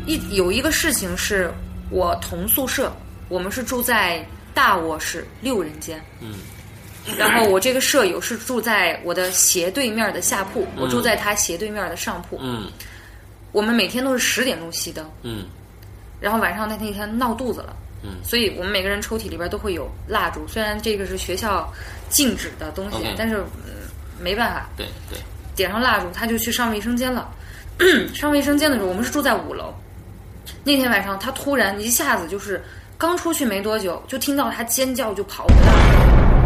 Speaker 2: 一有一个事情是我同宿舍，我们是住在大卧室六人间。
Speaker 3: 嗯。
Speaker 2: 然后我这个舍友是住在我的斜对面的下铺，我住在他斜对面的上铺。
Speaker 3: 嗯
Speaker 2: 我们每天都是十点钟熄灯，
Speaker 3: 嗯
Speaker 2: 然后晚上那那天闹肚子了，
Speaker 3: 嗯
Speaker 2: 所以我们每个人抽屉里边都会有蜡烛，虽然这个是学校禁止的东西
Speaker 3: OK
Speaker 2: 但是、嗯、没办法，
Speaker 3: 对对，
Speaker 2: 点上蜡烛，他就去上卫生间了。 上卫生间的时候，我们是住在五楼。那天晚上，他突然一下子就是刚出去没多久，就听到他尖叫，就跑回来了。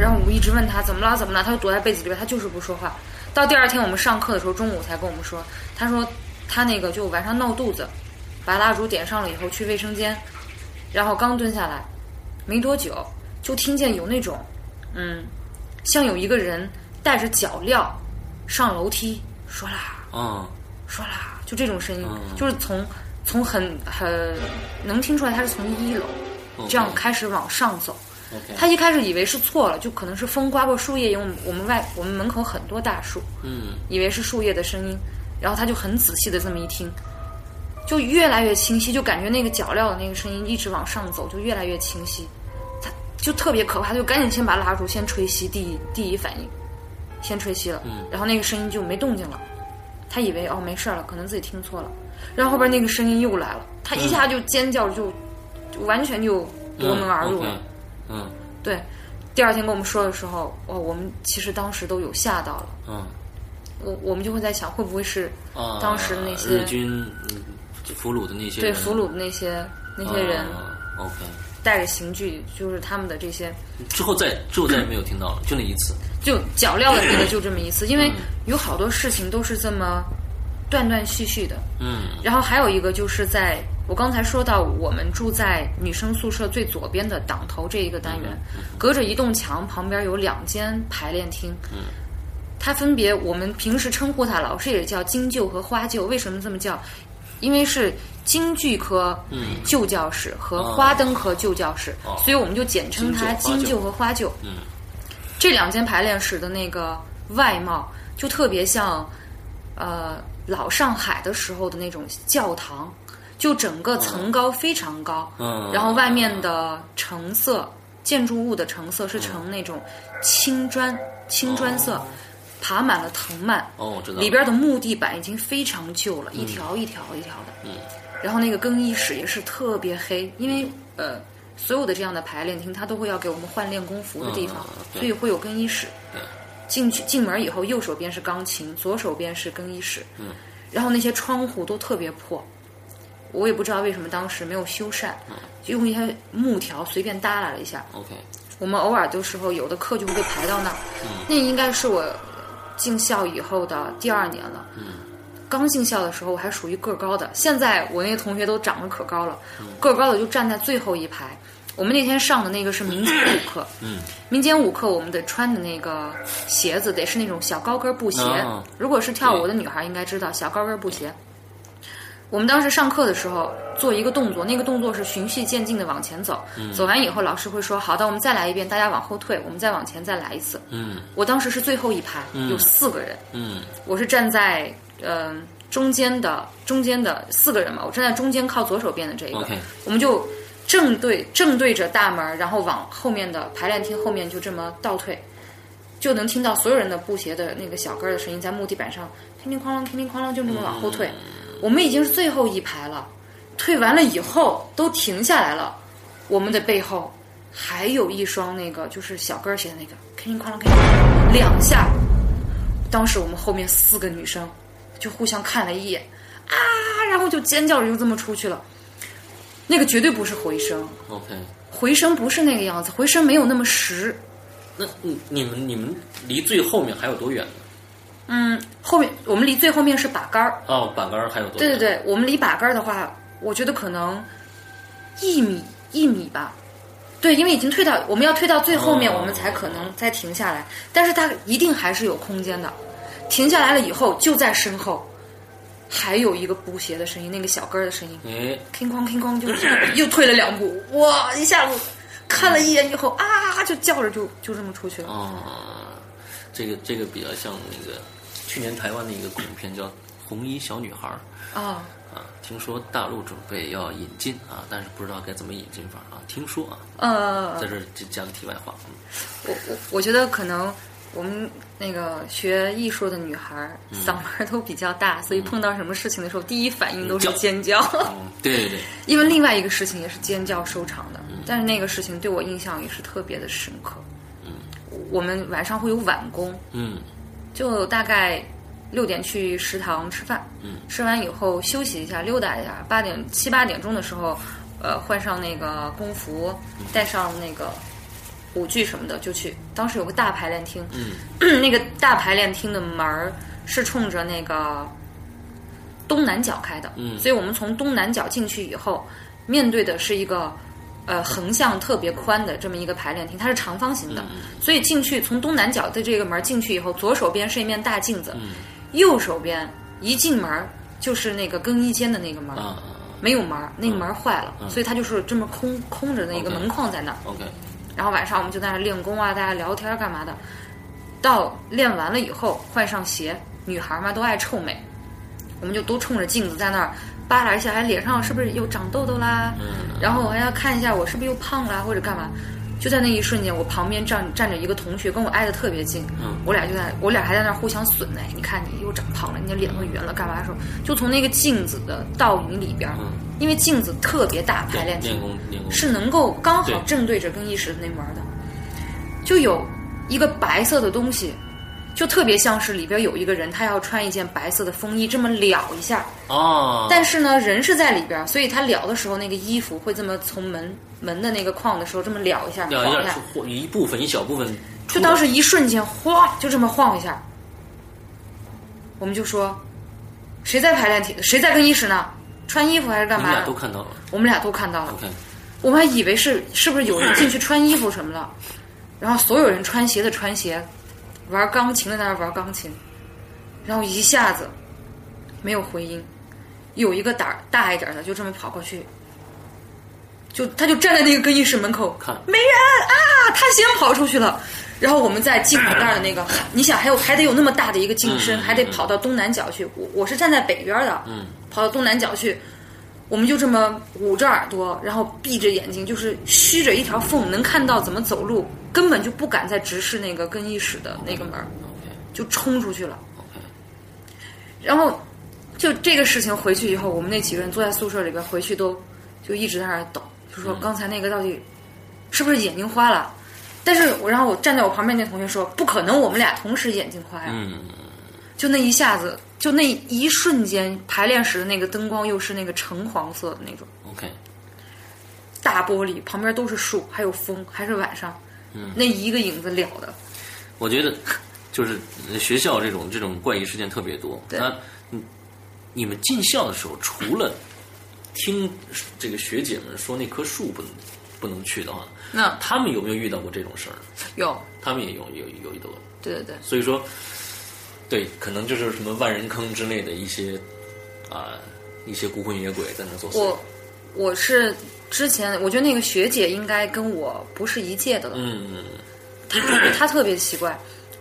Speaker 2: 然后我们一直问他怎么了，怎么了，他就躲在被子里边，他就是不说话。到第二天我们上课的时候，中午才跟我们说，他说他那个就晚上闹肚子，把蜡烛点上了以后去卫生间，然后刚蹲下来，没多久就听见有那种，嗯，像有一个人带着脚镣上楼梯，唰啦
Speaker 3: 啊
Speaker 2: 唰啦，就这种声音，
Speaker 3: 嗯
Speaker 2: 就是从从很很能听出来他是从一楼
Speaker 3: 嗯
Speaker 2: 这样开始往上走。
Speaker 3: OK，
Speaker 2: 他一开始以为是错了，就可能是风刮过树叶，因为我们我们外我们门口很多大树，
Speaker 3: 嗯，
Speaker 2: 以为是树叶的声音，然后他就很仔细的这么一听，就越来越清晰，就感觉那个脚镣的那个声音一直往上走，就越来越清晰，他就特别可怕，他就赶紧先把他拉住，先吹熄，第一第一反应，先吹熄了，
Speaker 3: 嗯
Speaker 2: 然后那个声音就没动静了，他以为哦没事儿了，可能自己听错了，然后后边那个声音又来了，他一下就尖叫，就就完全就夺门而入了。
Speaker 3: 嗯，OK，嗯
Speaker 2: 对，第二天跟我们说的时候，哦，我们其实当时都有吓到了，
Speaker 3: 嗯
Speaker 2: 我我们就会在想，会不会是
Speaker 3: 啊，
Speaker 2: 当时的那些
Speaker 3: 日军嗯俘虏的那些
Speaker 2: 对
Speaker 3: 人
Speaker 2: 俘虏的那些那些人
Speaker 3: 啊 OK，
Speaker 2: 带着刑具，就是他们的这些，
Speaker 3: 之后再之后再也没有听到了，就那一次。
Speaker 2: 就脚镣的那个就这么一次，因为有好多事情都是这么断断续续的。
Speaker 3: 嗯
Speaker 2: 然后还有一个就是在我刚才说到，我们住在女生宿舍最左边的档头这一个单元，隔着一栋墙旁边有两间排练厅。嗯，它分别我们平时称呼它，老师也叫京剧和花旧。为什么这么叫？因为是京剧科旧教室和花灯科旧教室，
Speaker 3: 哦
Speaker 2: 所以我们就简称它
Speaker 3: 京
Speaker 2: 京
Speaker 3: 旧
Speaker 2: 旧和花旧。
Speaker 3: 嗯
Speaker 2: 这两间排练室的那个外貌就特别像，呃，老上海的时候的那种教堂，就整个层高非常高，
Speaker 3: 嗯，嗯
Speaker 2: 然后外面的橙色建筑物的橙色是呈那种青砖青砖色，爬满了藤蔓，
Speaker 3: 哦，我知道了
Speaker 2: 里边的木地板已经非常旧了，一条一条一条的。
Speaker 3: 嗯。
Speaker 2: 然后那个更衣室也是特别黑，因为
Speaker 3: 嗯
Speaker 2: 呃，所有的这样的排练厅，它都会要给我们换练功服的地方
Speaker 3: 嗯嗯嗯，对嗯
Speaker 2: 所以会有更衣室
Speaker 3: 对。
Speaker 2: 进去进门以后，右手边是钢琴，左手边是更衣室。嗯。然后那些窗户都特别破，我也不知道为什么当时没有修缮，
Speaker 3: 嗯
Speaker 2: 就用一些木条随便耷拉了一下，
Speaker 3: OK，
Speaker 2: 我们偶尔的时候，有的课就会被排到那儿。那应该是我进校以后的第二年了。刚进校的时候，我还属于个儿高的。现在我那些同学都长得可高了，个儿高的就站在最后一排。我们那天上的那个是民间舞课，民间舞课我们得穿的那个鞋子得是那种小高跟布鞋
Speaker 3: 哦。
Speaker 2: 如果是跳舞的女孩应该知道小高跟布鞋。我们当时上课的时候做一个动作，那个动作是循序渐进的往前走，走完以后老师会说：“好的，我们再来一遍，大家往后退，我们再往前再来一次。
Speaker 3: 嗯”
Speaker 2: 我当时是最后一排，有四个人，
Speaker 3: 嗯
Speaker 2: 我是站在嗯、呃中间的中间的四个人嘛，我站在中间靠左手边的这一个
Speaker 3: OK
Speaker 2: 我们就正对正对着大门，然后往后面的排练厅后面就这么倒退，就能听到所有人的布鞋的那个小跟儿的声音在木地板上叮铃哐啷叮铃哐啷就这么往后退，我们已经是最后一排了，退完了以后都停下来了，我们的背后。还有一双那个就是小跟儿鞋的那个，叮铃哐啷，叮铃哐啷，两下，当时我们后面四个女生就互相看了一眼，啊，然后就尖叫着就这么出去了。那个绝对不是回声，
Speaker 3: ，OK。
Speaker 2: 回声不是那个样子，回声没有那么实。
Speaker 3: 那你你们你们离最后面还有多远呢？
Speaker 2: 嗯，后面我们离最后面是把杆儿，
Speaker 3: 哦，板杆儿还有多
Speaker 2: 对
Speaker 3: 远？
Speaker 2: 对对，我们离把杆儿的话，我觉得可能一米一米吧。对，因为已经退到我们要退到最后面，
Speaker 3: 哦
Speaker 2: 我们才可能再停下来。但是它一定还是有空间的。停下来了以后，就在身后，还有一个布鞋的声音，那个小跟儿的声音。
Speaker 3: 对。哎，
Speaker 2: 哐哐哐哐就又退了两步，哇！一下子看了一眼以后啊，就叫着就就这么出去了。
Speaker 3: 啊，这个这个比较像那个去年台湾的一个恐怖片叫《红衣小女孩》儿
Speaker 2: 啊，
Speaker 3: 啊，听说大陆准备要引进啊，但是不知道该怎么引进法啊。听说啊，
Speaker 2: 呃，
Speaker 3: 在这儿就讲个题外话，嗯
Speaker 2: 我我我觉得可能我们那个学艺术的女孩儿
Speaker 3: 嗯
Speaker 2: 嗓门儿都比较大，所以碰到什么事情的时候，第一反应都是
Speaker 3: 叫
Speaker 2: 尖叫。
Speaker 3: 嗯，对对对，
Speaker 2: 因为另外一个事情也是尖叫收场的，但是那个事情对我印象也是特别的深刻。嗯，我们晚上会有晚工，
Speaker 3: 嗯
Speaker 2: 就大概六点去食堂吃饭，
Speaker 3: 嗯，
Speaker 2: 吃完以后休息一下，溜达一下，八点七八点钟的时候，呃，换上那个工服，
Speaker 3: 嗯
Speaker 2: 带上那个舞具什么的就去。当时有个大排练厅，嗯， 那个大排练厅的门儿是冲着那个东南角开的，
Speaker 3: 嗯
Speaker 2: 所以我们从东南角进去以后，面对的是一个。呃，横向特别宽的这么一个排练厅，它是长方形的，
Speaker 3: 嗯
Speaker 2: 所以进去从东南角的这个门进去以后，左手边是一面大
Speaker 3: 嗯
Speaker 2: 镜子，右手边一进门就是那个更衣间的那个门，
Speaker 3: 啊啊，啊嗯
Speaker 2: 没有门儿，那个门儿坏了，所以它就是这么空空着的一个
Speaker 3: OK
Speaker 2: 门框在那儿。
Speaker 3: OK，
Speaker 2: 然后晚上我们就在那儿练功啊，大家聊天儿干嘛的。到练完了以后，换上鞋，女孩儿嘛都爱臭美，我们就都冲着镜子在那儿扒拉一下，还脸上是不是又长痘痘啦？
Speaker 3: 嗯
Speaker 2: 然后我还要看一下我是不是又胖啦，或者干嘛。就在那一瞬间，我旁边站站着一个同学，跟我挨得特别近，
Speaker 3: 嗯
Speaker 2: 我俩就在我俩还在那儿互相损呢。你看你又长胖了，你的脸都圆了，干嘛的时候，就从那个镜子的倒影里边儿，
Speaker 3: 嗯
Speaker 2: 因为镜子特别大，排
Speaker 3: 对
Speaker 2: 练厅
Speaker 3: 练功练功
Speaker 2: 是能够刚好
Speaker 3: 对
Speaker 2: 正对着更衣室的那门儿的，就有一个白色的东西，就特别像是里边有一个人，他要穿一件白色的风衣，这么撩一下，
Speaker 3: 哦，
Speaker 2: 但是呢，人是在里边儿，所以他撩的时候，那个衣服会这么从门门的那个框的时候这么撩一下，
Speaker 3: 要
Speaker 2: 晃
Speaker 3: 要
Speaker 2: 一下
Speaker 3: 出，或一部分一小部分出
Speaker 2: 就
Speaker 3: 来，
Speaker 2: 当时一瞬间，哗，就这么晃一下，我们就说，谁在排练体，谁在更衣室呢？穿衣服还是干
Speaker 3: 你
Speaker 2: 嘛
Speaker 3: 们
Speaker 2: 呢？
Speaker 3: 俩都看到了。
Speaker 2: 我们俩都看到了，
Speaker 3: OK，
Speaker 2: 我们还以为是是不是有人进去穿衣服什么了，然后所有人穿鞋的穿鞋，玩钢琴的在那玩钢琴，然后一下子没有回音，有一个胆儿大一点的就这么跑过去，就他就站在那个更衣室门口
Speaker 3: 看
Speaker 2: 没人啊，他先跑出去了。然后我们在进口袋儿的那个，你想还有还得有那么大的一个进深，
Speaker 3: 嗯嗯
Speaker 2: 还得跑到东南角去。我我是站在北边儿的，
Speaker 3: 嗯
Speaker 2: 跑到东南角去，我们就这么捂着耳朵，然后闭着眼睛，就是虚着一条缝，能看到怎么走路，根本就不敢再直视那个更衣室的那个门儿，
Speaker 3: ，OK
Speaker 2: 就冲出去了。
Speaker 3: OK，
Speaker 2: 然后就这个事情回去以后，我们那几个人坐在宿舍里边，回去都就一直在那儿抖，
Speaker 3: 嗯
Speaker 2: 就说刚才那个到底是不是眼睛花了？但是我然后我站在我旁边那同学说，不可能，我们俩同时眼睛花呀。
Speaker 3: 嗯，
Speaker 2: 就那一下子，就那一瞬间，排练室的那个灯光又是那个橙黄色的那种。
Speaker 3: OK，
Speaker 2: 大玻璃，旁边都是树，还有风，还是晚上，
Speaker 3: 嗯
Speaker 2: 那一个影子了的，
Speaker 3: 我觉得就是学校这种这种怪异事件特别多。
Speaker 2: 对
Speaker 3: 那你你们进校的时候，除了听这个学姐们说那棵树不能不能去的话，
Speaker 2: 那
Speaker 3: 他们有没有遇到过这种事儿？
Speaker 2: 有，
Speaker 3: 他们也有有有遇到过，
Speaker 2: 对对对，
Speaker 3: 所以说，对，可能就是什么万人坑之类的一些啊、一些孤魂野鬼在那作祟。
Speaker 2: 我我是之前，我觉得那个学姐应该跟我不是一届的了，
Speaker 3: 嗯嗯
Speaker 2: 她特别奇怪，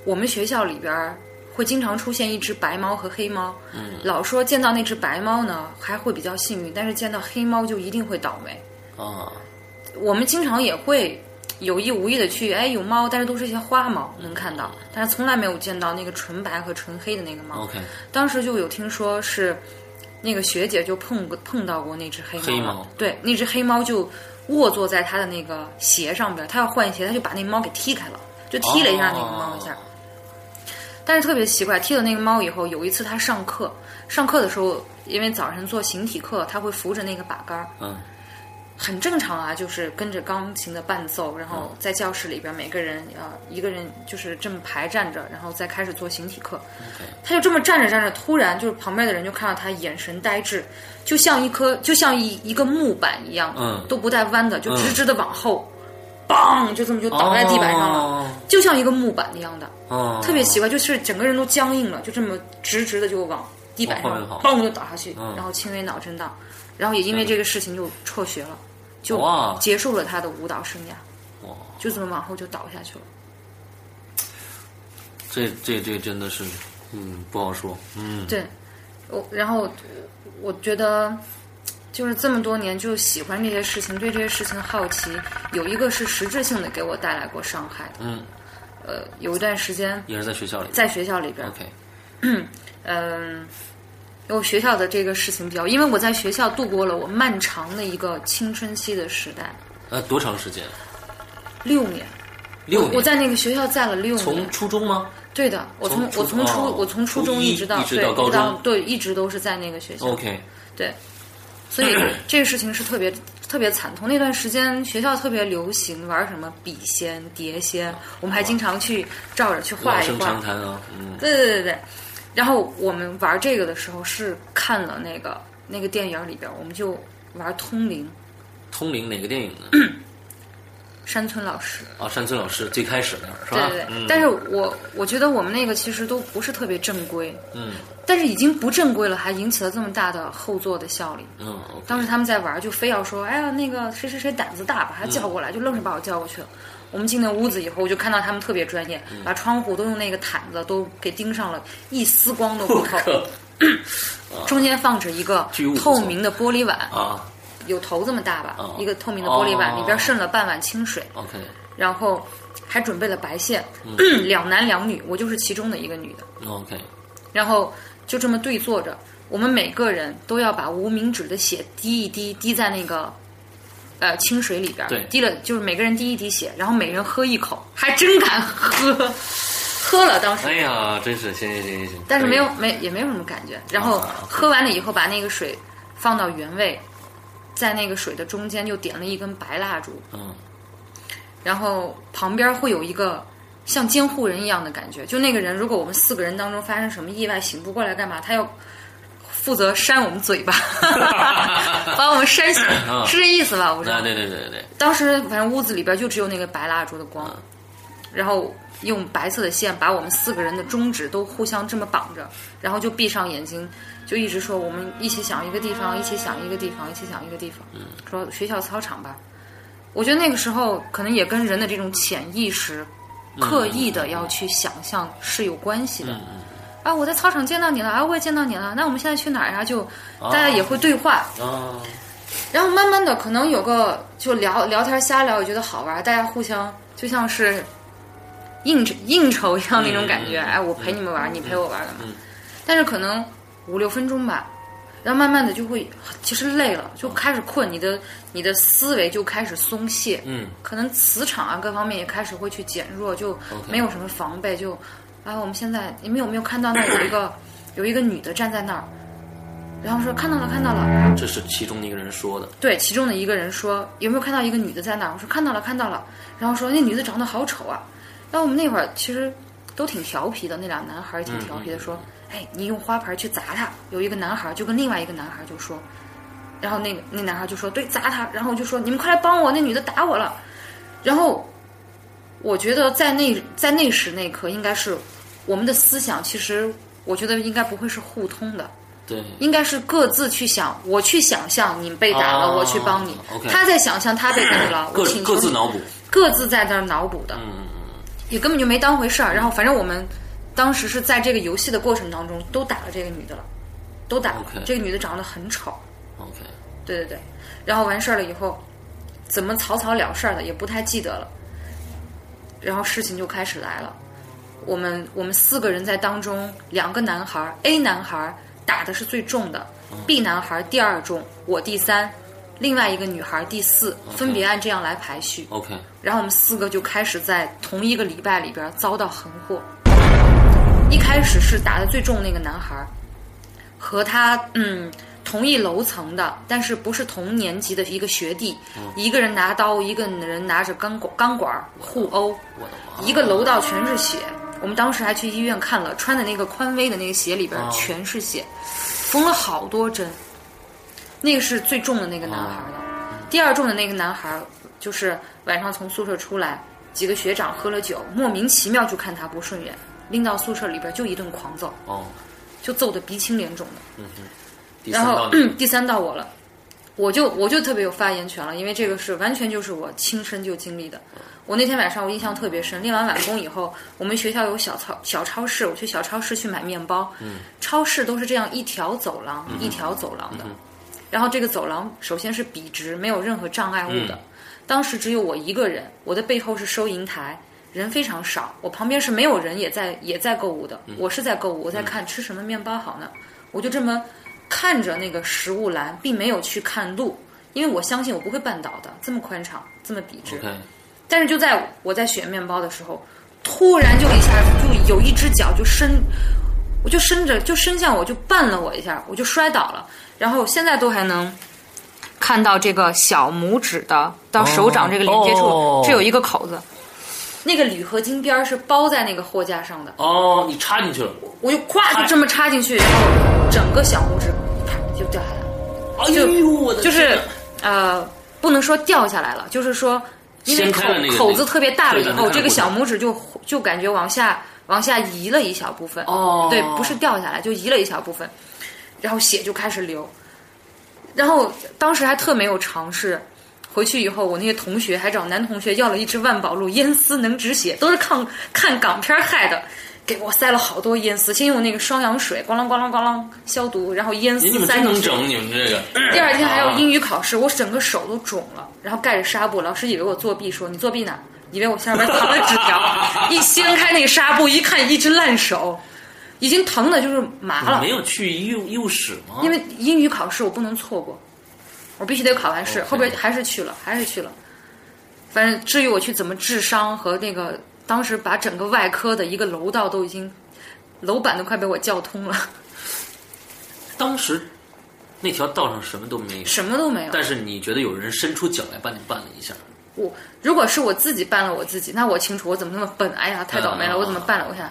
Speaker 2: 我们学校里边儿会经常出现一只白猫和黑猫，
Speaker 3: 嗯
Speaker 2: 老说见到那只白猫呢还会比较幸运，但是见到黑猫就一定会倒霉。
Speaker 3: 啊，
Speaker 2: 我们经常也会有意无意的去，哎，有猫，但是都是一些花猫能看到，
Speaker 3: 嗯
Speaker 2: 但是从来没有见到那个纯白和纯黑的那个猫。
Speaker 3: OK，
Speaker 2: 当时就有听说是那个学姐就碰过碰到过那只黑猫了，
Speaker 3: 黑猫
Speaker 2: 对，那只黑猫就卧坐在她的那个鞋上边，她要换鞋，她就把那猫给踢开了，就踢了一下那个猫一下。
Speaker 3: 哦
Speaker 2: 但是特别奇怪，踢了那个猫以后，有一次她上课，上课的时候，因为早晨做形体课，她会扶着那个把杆儿，
Speaker 3: 嗯
Speaker 2: 很正常啊，就是跟着钢琴的伴奏，然
Speaker 3: 嗯
Speaker 2: 后在教室里边每个人呃一个人就是这么排站着，然后再开始做形体课。
Speaker 3: ，OK，
Speaker 2: 他就这么站着站着，突然就是旁边的人就看到他眼神呆滞，就像一颗就像一一个木板一样，
Speaker 3: 嗯
Speaker 2: 都不带弯的，就直直的往后，梆、就这么就倒在地板上了，
Speaker 3: 哦
Speaker 2: 就像一个木板一样的，
Speaker 3: 哦，
Speaker 2: 特别奇怪，就是整个人都僵硬了，就这么直直的就往地板
Speaker 3: 往后
Speaker 2: 上
Speaker 3: 面跑
Speaker 2: 嘣就倒下去，
Speaker 3: 嗯
Speaker 2: 然后轻微脑震荡，然后也因为这个事情就辍学了，就
Speaker 3: 哇
Speaker 2: 结束了他的舞蹈生涯，
Speaker 3: 哇，
Speaker 2: 就这么往后就倒下去了。
Speaker 3: 这这这真的是，嗯，不好说，嗯，
Speaker 2: 对，我然后我觉得就是这么多年就喜欢这些事情，对这些事情好奇，有一个是实质性的给我带来过伤害的。
Speaker 3: 嗯，
Speaker 2: 呃，有一段时间
Speaker 3: 也是在学校里。
Speaker 2: 在学校里边，
Speaker 3: OK，
Speaker 2: 嗯、因为学校的这个事情比较，因为我在学校度过了我漫长的一个青春期的时代，
Speaker 3: 呃，多长时间？
Speaker 2: 六年。
Speaker 3: 六
Speaker 2: 我
Speaker 3: 年。
Speaker 2: 在那个学校在了六年，
Speaker 3: 从初中吗
Speaker 2: 对的，我从
Speaker 3: 从
Speaker 2: 我
Speaker 3: 初
Speaker 2: 从初、
Speaker 3: 哦
Speaker 2: 我从初
Speaker 3: 初
Speaker 2: 中
Speaker 3: 一
Speaker 2: 直到
Speaker 3: 一直
Speaker 2: 对
Speaker 3: 到高中哦
Speaker 2: 对一直都是在那个学校。
Speaker 3: ？OK，
Speaker 2: 对，所 以这个事情是特别特别惨痛。那段时间学校特别流行玩什么笔仙、碟仙，我们还经常去照着去
Speaker 3: 老
Speaker 2: 画一
Speaker 3: 生
Speaker 2: 画
Speaker 3: 常。谈啊，嗯，
Speaker 2: 对对对对。然后我们玩这个的时候是看了那个那个电影里边，我们就玩通灵，
Speaker 3: 通灵哪个电影呢？
Speaker 2: 山村老师，
Speaker 3: 啊，山村老师最开始那儿是
Speaker 2: 对
Speaker 3: 吧？
Speaker 2: 对对。
Speaker 3: 嗯
Speaker 2: 但是我我觉得我们那个其实都不是特别正规，
Speaker 3: 嗯
Speaker 2: 但是已经不正规了，还引起了这么大的后座的效力。
Speaker 3: 嗯，OK，
Speaker 2: 当时他们在玩，就非要说：“哎呀，那个谁谁谁胆子大，把他叫过来。就愣是把我叫过去了。我们进那屋子以后，我就看到他们特别专业，
Speaker 3: 嗯
Speaker 2: 把窗户都用那个毯子都给钉上了，一丝光都不透。中间放着一个
Speaker 3: 居无不
Speaker 2: 透
Speaker 3: 错
Speaker 2: 明的玻璃碗，
Speaker 3: 啊
Speaker 2: 有头这么大吧，
Speaker 3: 哦
Speaker 2: 一个透明的玻璃碗，
Speaker 3: 哦
Speaker 2: 里边渗了半碗清水，
Speaker 3: ，OK，
Speaker 2: 然后还准备了白线，
Speaker 3: 嗯
Speaker 2: 两男两女，我就是其中的一个女的。
Speaker 3: OK，
Speaker 2: 然后就这么对坐着，我们每个人都要把无名指的血滴一滴滴在那个呃清水里边儿
Speaker 3: 对，
Speaker 2: 滴了就是每个人滴一滴血，然后每人喝一口，还真敢喝， 喝了当时。
Speaker 3: 哎呀，真是行行行行行，
Speaker 2: 但是没有
Speaker 3: 可以
Speaker 2: 没也没有什么感觉。然后
Speaker 3: 啊，OK
Speaker 2: 喝完了以后，把那个水放到原位，在那个水的中间又点了一根白蜡烛，
Speaker 3: 嗯
Speaker 2: 然后旁边会有一个像监护人一样的感觉，就那个人，如果我们四个人当中发生什么意外，醒不过来干嘛，他要负责扇我们嘴巴，把我们扇醒，
Speaker 3: 嗯
Speaker 2: 是这意思吧？我说
Speaker 3: 那，对对对对对，
Speaker 2: 当时反正屋子里边就只有那个白蜡烛的光
Speaker 3: 嗯，
Speaker 2: 然后用白色的线把我们四个人的中指都互相这么绑着，然后就闭上眼睛，就一直说我们一起想一个地方，一起想一个地方，一起想一个地方。说学校操场吧，我觉得那个时候可能也跟人的这种潜意识。刻意的要去想象是有关系的，啊，我在操场见到你了，啊，我也见到你了，那我们现在去哪儿呀、就大家也会对话，
Speaker 3: 啊，
Speaker 2: 然后慢慢的，可能有个就聊聊天瞎聊，也觉得好玩，大家互相就像是应酬应酬一样那种感觉。
Speaker 3: 嗯嗯嗯
Speaker 2: 哎，我陪你们玩，你陪我玩干嘛？
Speaker 3: 嗯
Speaker 2: 但是可能五六分钟吧，然后慢慢的就会其实累
Speaker 3: 嗯
Speaker 2: 了，就开始困，你的你的思维就开始松懈，
Speaker 3: 嗯
Speaker 2: 可能磁场啊各方面也开始会去减弱，就
Speaker 3: OK
Speaker 2: 没有什么防备，就哎，我们现在你们有没有看到那有一个有一个女的站在那儿，然后说看到了看到了。
Speaker 3: 这是其中的一个人说的，
Speaker 2: 对，其中的一个人说：“有没有看到一个女的在那儿？”我说：“看到了，看到了。”然后说：“那女的长得好丑啊。”然后我们那会儿其实都挺调皮的，那俩男孩儿也挺调皮的，说：“哎，你用花盆去砸她。”有一个男孩儿就跟另外一个男孩儿就说，然后那个那男孩儿就说：“对，砸她。”然后我就说：“你们快来帮我，那女的打我了。”然后我觉得在那在那时那一刻，应该是我们的思想，其实我觉得应该不会是互通的。
Speaker 3: 对，
Speaker 2: 应该是各自去想，我去想象你被打了，
Speaker 3: 哦
Speaker 2: 我去帮你。
Speaker 3: OK
Speaker 2: 他在想象他被打了，
Speaker 3: 各
Speaker 2: 我请
Speaker 3: 各
Speaker 2: 求你
Speaker 3: 自脑补，
Speaker 2: 各自在那儿脑补的，
Speaker 3: 嗯嗯
Speaker 2: 也根本就没当回事儿。然后反正我们当时是在这个游戏的过程当中都打了这个女的了，都打了。
Speaker 3: OK
Speaker 2: 这个女的长得很丑，
Speaker 3: ，OK，
Speaker 2: 对对对。然后完事儿了以后，怎么草草了事儿的也不太记得了。然后事情就开始来了。我们我们四个人在当中，两个男孩儿，A 男孩儿打的是最重的、b 男孩儿第二重，我第三，另外一个女孩儿第四，分别按这样来排序。
Speaker 3: OK，
Speaker 2: 然后我们四个就开始在同一个礼拜里边遭到横祸。一开始是打的最重那个男孩儿，和他嗯同一楼层的，但是不是同年级的一个学弟，一个人拿刀，一个人拿着钢管钢管儿互殴，
Speaker 3: 我的妈，
Speaker 2: 一个楼道全是血。我们当时还去医院看了，穿的那个匡威的那个鞋里边
Speaker 3: 哦
Speaker 2: 全是血，缝了好多针。那个是最重的那个男孩的，第二重的那个男孩就是晚上从宿舍出来，几个学长喝了酒，莫名其妙就看他不顺眼，拎到宿舍里边就一顿狂揍，
Speaker 3: 哦，
Speaker 2: 就揍得鼻青脸肿的。
Speaker 3: 第
Speaker 2: 然
Speaker 3: 三
Speaker 2: 后
Speaker 3: 道 你
Speaker 2: 第三到我了，我就我就特别有发言权了，因为这个是完全就是我亲身就经历的。我那天晚上我印象特别深，练完晚工以后，我们学校有小超小超市，我去小超市去买面包。嗯，超市都是这样一条走廊、
Speaker 3: 嗯
Speaker 2: 一条走廊的，然后这个走廊首先是笔直，没有任何障碍物
Speaker 3: 嗯
Speaker 2: 的。当时只有我一个人，我的背后是收银台，人非常少，我旁边是没有人，也在也在购物的，我是在购物，我在看吃什么面包好呢，我就这么看着那个食物栏，并没有去看路，因为我相信我不会绊倒的，这么宽敞，这么笔直。
Speaker 3: OK，
Speaker 2: 但是就在我在选面包的时候，突然就一下就有一只脚就伸，我就伸着就伸向我，就绊了我一下，我就摔倒了。然后现在都还能看到这个小拇指的到手掌这个连接处，
Speaker 3: 哦
Speaker 2: 这有一个口子。那个铝合金边儿是包在那个货架上的，
Speaker 3: 哦，你插进去了，
Speaker 2: 我就咵就这么插进去，然后整个小拇指啪就掉下来了。
Speaker 3: 哎呦，我的
Speaker 2: 哦就
Speaker 3: 天
Speaker 2: 是
Speaker 3: 哪
Speaker 2: 呃，不能说掉下来了，就是说因为
Speaker 3: 掀
Speaker 2: 口
Speaker 3: 开了那个
Speaker 2: 口子特别大了以
Speaker 3: 对对
Speaker 2: 后，
Speaker 3: 对
Speaker 2: 这个小拇指就就感觉往下往下移了一小部分。
Speaker 1: 哦
Speaker 2: 对，不是掉下来，就移了一小部分，然后血就开始流。然后当时还特没有尝试，回去以后，我那些同学还找男同学要了一支万宝路烟丝能止血，都是看看港片害的，给我塞了好多烟丝，先用那个双氧水咣啷咣啷咣啷消毒，然后烟丝
Speaker 3: 你们
Speaker 2: 塞
Speaker 3: 真
Speaker 2: 进
Speaker 3: 能
Speaker 2: 去。
Speaker 3: 整，你们这个。啊
Speaker 2: 第二天还有
Speaker 3: 语。
Speaker 2: 英语考试，我整个手都肿了，然后盖着纱布，老师以为我作弊，说你作弊呢，以为我下边藏了纸条，一掀开那个纱布，一看一只烂手，已经疼的就是麻
Speaker 3: 你
Speaker 2: 了
Speaker 3: 没，有去医务医务室吗？
Speaker 2: 因为英语考试我不能错过，我必须得考完试，
Speaker 3: OK
Speaker 2: 后边还是去了，还是去了，反正至于我去怎么治伤和那个当时把整个外科的一个楼道都已经楼板都快被我叫通了，
Speaker 3: 当时那条道上什么都没有，
Speaker 2: 什么都没有。
Speaker 3: 但是你觉得有人伸出脚来帮你办了一下，
Speaker 2: 我如果是我自己办了我自己，那我清楚我怎么那么笨，哎呀，太倒霉了，
Speaker 3: 嗯
Speaker 2: 我怎么办了？我想，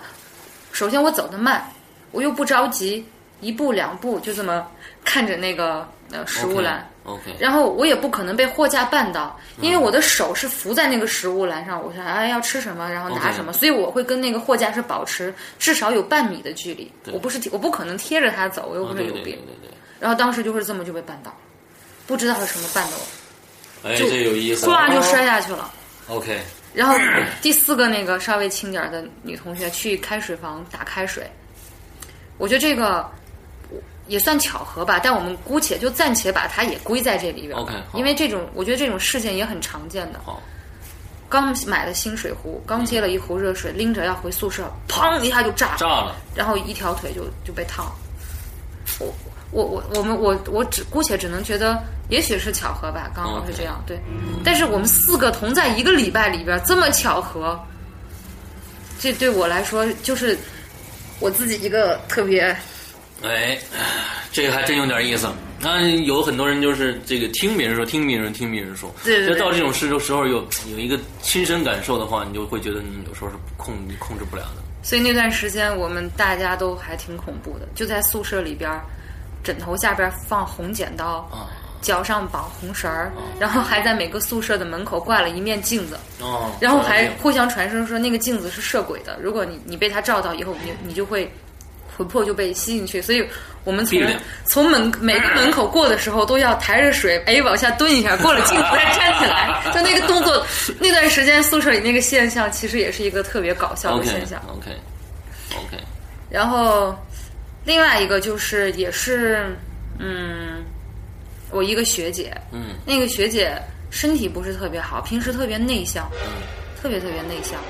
Speaker 2: 首先我走得慢，我又不着急，一步两步就这么看着那个呃食物栏。
Speaker 3: OK，, 嗯
Speaker 2: 然后我也不可能被货架绊倒，因为我的手是扶在那个食物栏上，我想哎要吃什么，然后拿
Speaker 3: OK
Speaker 2: 什么所以我会跟那个货架是保持至少有半米的距离。
Speaker 3: 对
Speaker 2: 我不是贴我不可能贴着它走，我又
Speaker 3: 啊
Speaker 2: 不是
Speaker 3: 对
Speaker 2: 有
Speaker 3: 对对
Speaker 2: 病。
Speaker 3: 对对，
Speaker 2: 然后当时就是这么就被绊倒了，不知道是什么绊的我，
Speaker 3: 哎，
Speaker 2: 就
Speaker 3: 这有意思，哦
Speaker 2: 唰就摔下去了。
Speaker 3: OK，
Speaker 2: 然后第四个那个稍微轻点儿的女同学去开水房打开水，我觉得这个也算巧合吧，但我们姑且就暂且把它也归在这里边吧
Speaker 3: OK，好
Speaker 2: 因为这种我觉得这种事件也很常见的。
Speaker 3: 好，
Speaker 2: 刚买的新水壶，刚接了一壶热水，拎着要回宿舍，砰一下就炸了，
Speaker 3: 炸了，
Speaker 2: 然后一条腿就就被烫了。我我我我们我我只姑且只能觉得，也许是巧合吧，刚好是这样对。但是我们四个同在一个礼拜里边，这么巧合，这对我来说就是我自己一个特别
Speaker 3: 哎，这个还真有点意思。那有很多人就是这个听别人说，听别人听别人说，
Speaker 2: 对对对
Speaker 3: 就到这种事的时候有有一个亲身感受的话，你就会觉得你有时候是控控制不了的。
Speaker 2: 所以那段时间我们大家都还挺恐怖的，就在宿舍里边儿，枕头下边儿放红剪刀，
Speaker 3: 啊
Speaker 2: 脚上绑红绳儿，然后还在每个宿舍的门口挂了一面镜子，
Speaker 3: 哦，
Speaker 2: 然后还互相传声说那个镜子是摄鬼的，如果你你被它照到以后，你你就会魂魄就被吸进去，所以。我们从
Speaker 3: 闭着眼
Speaker 2: 从门每个门口过的时候，都要抬着水，哎，往下蹲一下，过了镜子再站起来，就那个动作。那段时间宿舍里那个现象，其实也是一个特别搞笑的
Speaker 3: OK
Speaker 2: 现象。
Speaker 3: OK OK，
Speaker 2: 然后另外一个就是也是，嗯，我一个学姐，
Speaker 3: 嗯
Speaker 2: 那个学姐身体不是特别好，平时特别内向，
Speaker 3: 嗯
Speaker 2: 特别特别内向。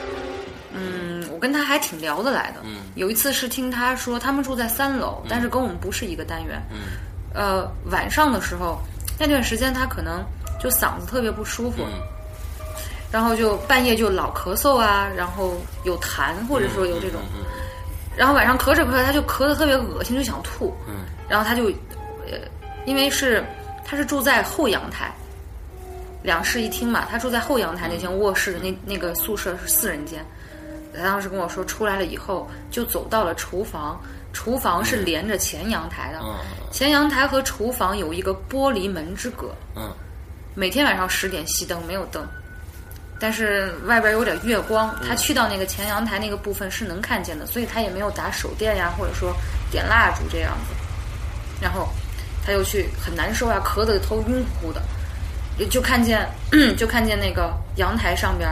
Speaker 2: 嗯，我跟她还挺聊得来的。
Speaker 3: 嗯
Speaker 2: 有一次是听她说，他们住在三楼，但是跟我们不是一个单元。
Speaker 3: 嗯
Speaker 2: 呃，晚上的时候，那段时间她可能就嗓子特别不舒服，
Speaker 3: 嗯
Speaker 2: 然后就半夜就老咳嗽啊，然后有痰，或者说有这种。
Speaker 3: 嗯
Speaker 2: 然后晚上咳着咳着，他就咳得特别恶心，就想吐。
Speaker 3: 嗯
Speaker 2: 然后他就，呃，因为是他是住在后阳台，两室一厅嘛，他住在后阳台
Speaker 3: 嗯
Speaker 2: 那间卧室的那那个宿舍是四人间。他当时跟我说，出来了以后就走到了厨房，厨房是连着前阳台的，
Speaker 3: 嗯
Speaker 2: 前阳台和厨房有一个玻璃门之隔。
Speaker 3: 嗯
Speaker 2: 每天晚上十点熄灯，没有灯，但是外边有点月光，他去到那个前阳台那个部分是能看见的，所以他也没有打手电呀，或者说点蜡烛这样子。然后他又去很难受啊，咳得头晕乎乎的，就就看见就看见那个阳台上边，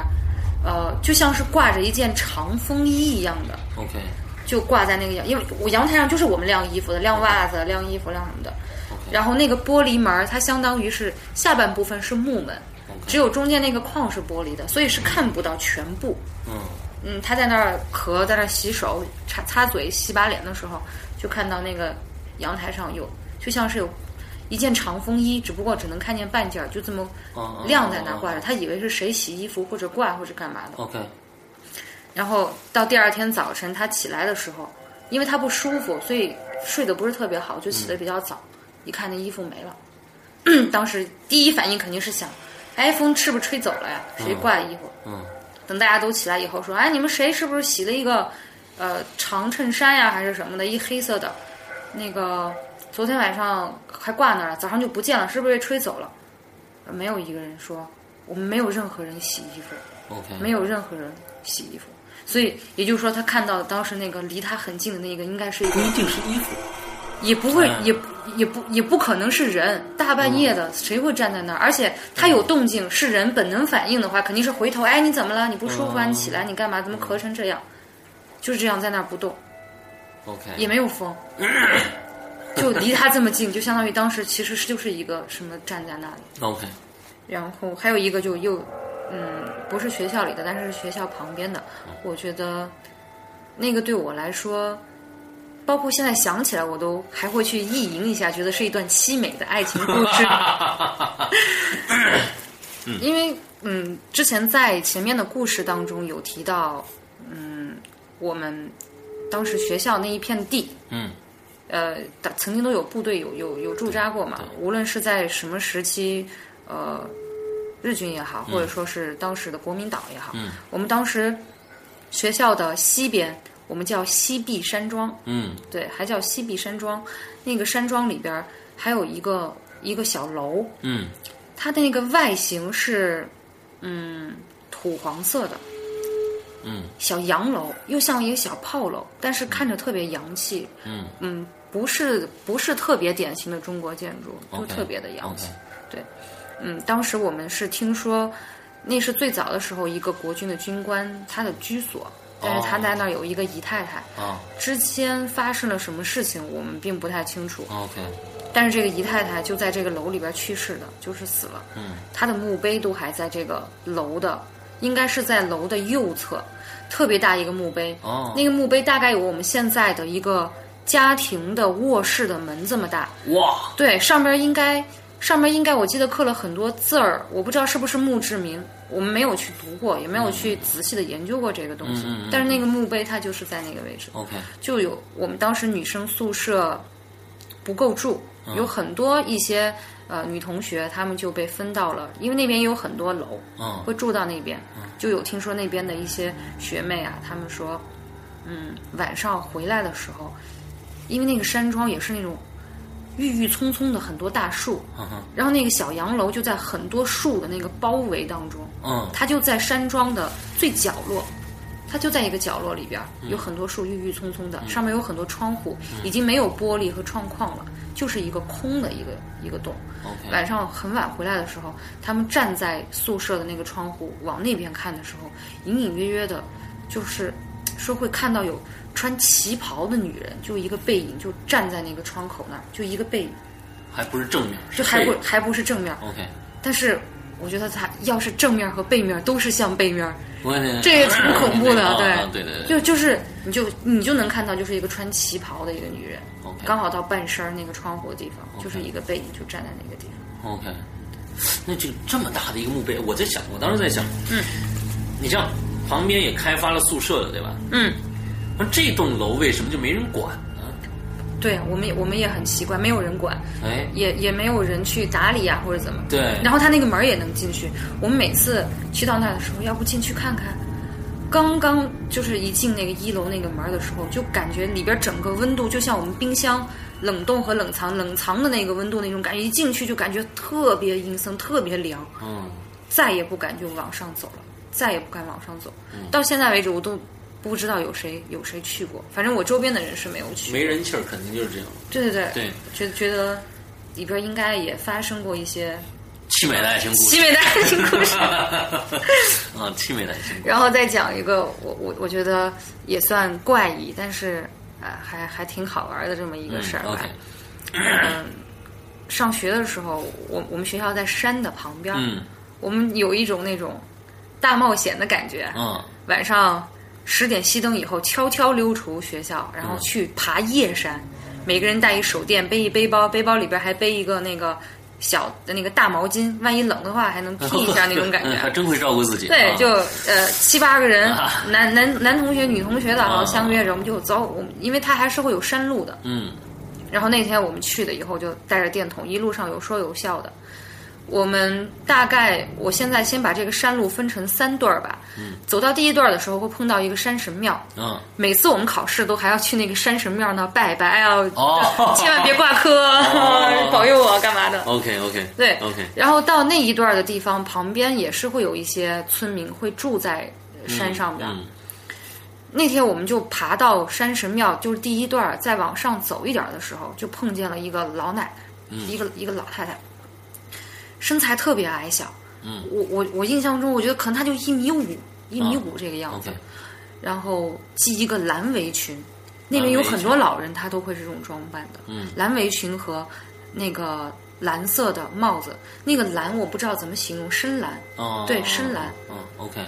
Speaker 2: 呃，就像是挂着一件长风衣一样的，
Speaker 3: OK
Speaker 2: 就挂在那个阳，因为我阳台上就是我们晾衣服的，晾袜子、晾衣服、晾什么的。
Speaker 3: OK
Speaker 2: 然后那个玻璃门儿，它相当于是下半部分是木门，
Speaker 3: OK，
Speaker 2: 只有中间那个框是玻璃的，所以是看不到全部。
Speaker 3: 嗯
Speaker 2: 嗯，他在那儿咳，在那儿洗手、擦擦嘴、洗把脸的时候，就看到那个阳台上有，就像是有一件长风衣，只不过只能看见半件儿，就这么
Speaker 3: 哦
Speaker 2: 晾在那儿挂着。
Speaker 3: 哦
Speaker 2: 他以为是谁洗衣服或者挂或者干嘛的。
Speaker 3: OK
Speaker 2: 然后到第二天早晨，他起来的时候，因为他不舒服，所以睡得不是特别好，就起
Speaker 3: 嗯
Speaker 2: 得比较早。一看那衣服没了， 当时第一反应肯定是想，哎，风是不是吹走了呀？谁挂的衣服？
Speaker 3: 嗯
Speaker 2: 等大家都起来以后说，哎，你们谁是不是洗了一个呃长衬衫呀、还是什么的，一黑色的，那个昨天晚上还挂那儿了，早上就不见了，是不是被吹走了？没有一个人说我们没有任何人洗衣服，
Speaker 3: OK，
Speaker 2: 没有任何人洗衣服，所以也就是说，他看到当时那个离他很近的那个，应该是一
Speaker 3: 不
Speaker 2: 个
Speaker 3: 一定是衣服，
Speaker 2: 也不会，
Speaker 3: 嗯
Speaker 2: 也不也不也不可能是人，大半夜的、谁会站在那儿？而且他
Speaker 3: 嗯
Speaker 2: 有动静，是人本能反应的话，肯定是回头，哎，你怎么了？你不舒服啊？
Speaker 3: 嗯
Speaker 2: 你起来，你干嘛？怎么咳成这样？就是这样在那儿不动，
Speaker 3: OK，
Speaker 2: 也没 有风，就离他这么近，就相当于当时其实是就是一个什么站在那里。
Speaker 3: OK，
Speaker 2: 然后还有一个就又，嗯，不是学校里的，但是是学校旁边的。我觉得那个对我来说，包括现在想起来，我都还会去意淫一下，觉得是一段凄美的爱情故事。因为嗯，之前在前面的故事当中有提到，嗯，我们当时学校那一片地，
Speaker 3: 嗯，
Speaker 2: 呃，打曾经都有部队有有有驻扎过嘛，无论是在什么时期，呃，日军也好，或者说是当时的国民党也好，
Speaker 3: 嗯
Speaker 2: 我们当时学校的西边，我们叫西壁山庄，
Speaker 3: 嗯，
Speaker 2: 对，还叫西壁山庄。那个山庄里边儿还有一个一个小楼，
Speaker 3: 嗯，
Speaker 2: 它的那个外形是嗯土黄色的，
Speaker 3: 嗯，
Speaker 2: 小洋楼，又像一个小炮楼，但是看着特别洋气，
Speaker 3: 嗯
Speaker 2: 嗯，不是不是特别典型的中国建筑，就
Speaker 3: OK，
Speaker 2: 特别的洋
Speaker 3: OK，
Speaker 2: 气。对，嗯，当时我们是听说，那是最早的时候一个国军的军官他的居所，但是他
Speaker 3: 哦
Speaker 2: 在那儿有一个姨太太，
Speaker 3: 啊
Speaker 2: 之间发生了什么事情我们并不太清楚，
Speaker 3: ，OK，
Speaker 2: 但是这个姨太太就在这个楼里边去世的，就是死了。
Speaker 3: 嗯，
Speaker 2: 她的墓碑都还在这个楼的，应该是在楼的右侧，特别大一个墓碑。
Speaker 3: 哦
Speaker 2: 那个墓碑大概有我们现在的一个家庭的卧室的门这么大。
Speaker 3: 哇，
Speaker 2: 对，上边应该上边应该我记得刻了很多字儿，我不知道是不是墓志铭，我们没有去读过，也没有去仔细的研究过这个东西。
Speaker 3: 嗯嗯嗯
Speaker 2: 但是那个墓碑它就是在那个位置。
Speaker 3: ，OK，
Speaker 2: 就有我们当时女生宿舍不够住，
Speaker 3: 嗯
Speaker 2: 有很多一些呃女同学，她们就被分到了，因为那边有很多楼，
Speaker 3: 嗯
Speaker 2: 会住到那边。就有听说那边的一些学妹啊，她们说，嗯，晚上回来的时候，因为那个山庄也是那种郁郁葱葱的很多大树，
Speaker 3: 嗯哼，
Speaker 2: 然后那个小洋楼就在很多树的那个包围当中，
Speaker 3: 嗯
Speaker 2: 它就在山庄的最角落，它就在一个角落里边儿，有很多树郁郁葱葱的，上面有很多窗户，已经没有玻璃和窗框了，就是一个空的一个一个洞。
Speaker 3: ，OK，
Speaker 2: 晚上很晚回来的时候，他们站在宿舍的那个窗户往那边看的时候，隐隐约约的，就是说会看到有穿旗袍的女人，就一个背影，就站在那个窗口那儿，就一个背影，
Speaker 3: 还不是正面，
Speaker 2: 就是还不
Speaker 3: 背
Speaker 2: 还不是正面，
Speaker 3: OK，
Speaker 2: 但是我觉得他要是正面和背面都是像背面，
Speaker 3: 我
Speaker 2: 这个挺恐怖的，
Speaker 3: 啊啊对对对
Speaker 2: 就就是你就你就能看到，就是一个穿旗袍的一个女人，
Speaker 3: ，OK，
Speaker 2: 刚好到半身儿那个窗户的地方，就是一个背影就站在那个地方。
Speaker 3: OK，那这这么大的一个墓碑，我在想，我当时在想，嗯，你像旁边也开发了宿舍了，对吧？
Speaker 2: 嗯，
Speaker 3: 那这栋楼为什么就没人管呢？
Speaker 2: 对我们也我们也很奇怪，没有人管，
Speaker 3: 哎，
Speaker 2: 也也没有人去打理啊呀、或者怎么。
Speaker 3: 对，
Speaker 2: 然后他那个门儿也能进去，我们每次去到那儿的时候，要不进去看看。刚刚就是一进那个一楼那个门儿的时候，就感觉里边儿整个温度就像我们冰箱冷冻和冷藏冷藏的那个温度那种感觉，一进去就感觉特别阴森，特别凉。
Speaker 3: 嗯，
Speaker 2: 再也不敢就往上走了，再也不敢往上走。
Speaker 3: 嗯
Speaker 2: 到现在为止，我都不知道有谁有谁去过，反正我周边的人是没有去。
Speaker 3: 没人气儿，肯定就是这样，
Speaker 2: 对对对，
Speaker 3: 对，
Speaker 2: 觉得觉得里边应该也发生过一些
Speaker 3: 凄美的爱情故事
Speaker 2: 凄美的爱情故 事。
Speaker 3: 啊，凄美的爱情故事，
Speaker 2: 然后再讲一个，我我我觉得也算怪异，但是啊、还还挺好玩的这么一个事儿
Speaker 3: 嗯
Speaker 2: 吧。
Speaker 3: ，OK，
Speaker 2: 上学的时候，我我们学校在山的旁边儿，
Speaker 3: 嗯
Speaker 2: 我们有一种那种大冒险的感觉。
Speaker 3: 嗯
Speaker 2: 晚上十点熄灯以后，悄悄溜出学校，然后去爬夜山。每个人带一手电，背一背包，背包里边还背一个那个小的那个大毛巾，万一冷的话还能披一下那种感
Speaker 3: 嗯还
Speaker 2: 觉。
Speaker 3: 真会照顾自己，
Speaker 2: 对
Speaker 3: 啊，
Speaker 2: 就呃七八个人
Speaker 3: 啊，
Speaker 2: 男男男同学、女同学的，然后
Speaker 3: 啊
Speaker 2: 相约着，我们就走。我们因为它还是会有山路的，
Speaker 3: 嗯
Speaker 2: 然后那天我们去了以后，就带着电筒，一路上有说有笑的。我们大概我现在先把这个山路分成三段儿吧。嗯，走到第一段儿的时候会碰到一个山神庙，
Speaker 3: 啊，
Speaker 2: 每次我们考试都还要去那个山神庙那儿拜拜，哎呀，
Speaker 3: 哦
Speaker 2: 千万别挂科，保佑我干嘛的。
Speaker 3: OK OK，
Speaker 2: 对
Speaker 3: OK，
Speaker 2: 然后到那一段儿的地方旁边也是会有一些村民会住在山上边儿。
Speaker 3: 嗯
Speaker 2: 那天我们就爬到山神庙，就是第一段儿，再往上走一点儿的时候，就碰见了一个老奶奶，
Speaker 3: 嗯
Speaker 2: 一个一个老太太，身材特别矮小。
Speaker 3: 嗯，啊
Speaker 2: 我我我印象中，我觉得可能她就一米五，一米五这个样子，
Speaker 3: OK，
Speaker 2: 然后系一个蓝围裙，那边有很多老人，他都会是这种装扮的。
Speaker 3: 嗯，
Speaker 2: 蓝围裙和那个蓝色的帽子，那个蓝我不知道怎么形容，深蓝，
Speaker 3: 哦，
Speaker 2: 对深蓝，
Speaker 3: 嗯 OK，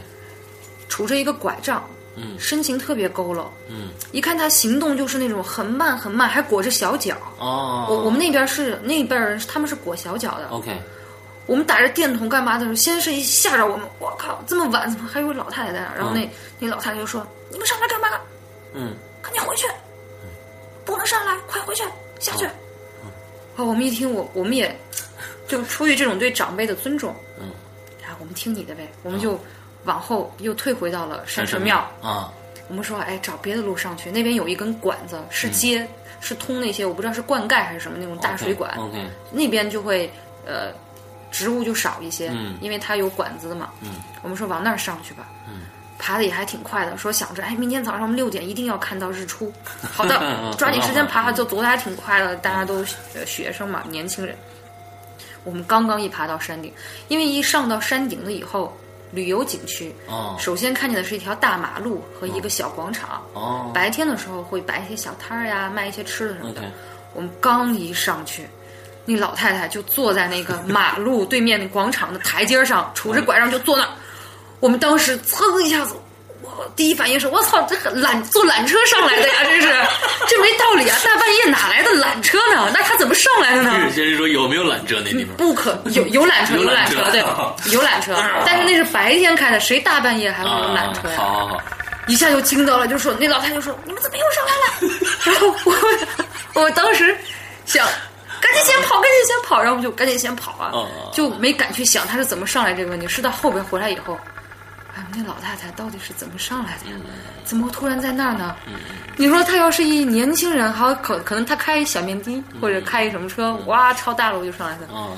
Speaker 2: 杵着一个拐杖，
Speaker 3: 嗯
Speaker 2: 身形特别佝偻，
Speaker 3: 嗯，
Speaker 2: 一看他行动就是那种很慢很慢，还裹着小脚。
Speaker 3: 哦，
Speaker 2: 我我们那边是那辈儿人，他们是裹小脚的。
Speaker 3: OK，
Speaker 2: 我们打着电筒干嘛的时候，先是一吓着我们，我靠，这么晚怎么还有老太太在那儿？然后那、那老太太就说：“你们上来干嘛？
Speaker 3: 嗯
Speaker 2: 赶紧回去，不能上来，快回去，下
Speaker 3: 哦
Speaker 2: 去。
Speaker 3: 嗯
Speaker 2: 啊，我们一听，我我们也就出于这种对长辈的尊重，
Speaker 3: 嗯，哦
Speaker 2: 啊，我们听你的呗，我们就往后又退回到了山神
Speaker 3: 神
Speaker 2: 庙。
Speaker 3: 啊，
Speaker 2: 我们说，哎，找别的路上去，那边有一根管子，是接、
Speaker 3: 嗯
Speaker 2: 是通那些，我不知道是灌溉还是什么那
Speaker 3: 哦
Speaker 2: 种大水管
Speaker 3: OK，
Speaker 2: 那边就会呃植物就少一些，
Speaker 3: 嗯
Speaker 2: 因为它有管子的嘛。
Speaker 3: 嗯
Speaker 2: 我们说往那儿上去吧，
Speaker 3: 嗯
Speaker 2: 爬的也还挺快的，说想着哎，明天早上我们六点一定要看到日 出。好的
Speaker 3: 嗯，
Speaker 2: 抓紧时间爬，
Speaker 3: 嗯
Speaker 2: 就走的还挺快的，大家都呃学生嘛，年轻人。我们刚刚一爬到山顶，因为一上到山顶了以后，旅游景区。
Speaker 3: 哦
Speaker 2: 首先看见的是一条大马路和一个小广场。
Speaker 3: 哦
Speaker 2: 白天的时候会摆一些小摊儿呀，卖一些吃的什么的。
Speaker 3: OK，
Speaker 2: 我们刚一上去，那老太太就坐在那个马路对面那广场的台阶上，杵着拐杖就坐那儿。我们当时噌一下子，我第一反应是：我操，这缆坐缆车上来的呀，这是这没道理啊！大半夜哪来的缆车呢？那他怎么上来的
Speaker 3: 这
Speaker 2: 呢？
Speaker 3: 些人说有没有缆车那地方？
Speaker 2: 不可有有缆车，
Speaker 3: 有
Speaker 2: 有
Speaker 3: 缆
Speaker 2: 缆
Speaker 3: 车
Speaker 2: 车，对，有缆车，但是那是白天开的，谁大半夜还会有缆
Speaker 3: 啊
Speaker 2: 车，呀？
Speaker 3: 好好好，
Speaker 2: 一下就惊到了，就说那老太太就说你们怎么又上来了？ 然后我 我当时想赶紧先跑，赶紧先跑，然后我们就赶紧先跑啊
Speaker 3: 嗯嗯，
Speaker 2: 就没敢去想她是怎么上来这个问题，是到后边回来以后，哎，那老太太到底是怎么上来的呀？怎么突然在那儿呢？你说她要是一年轻人，还有可可能她开一小面的或者开一什么车，哇，超大楼就上来了，
Speaker 3: 啊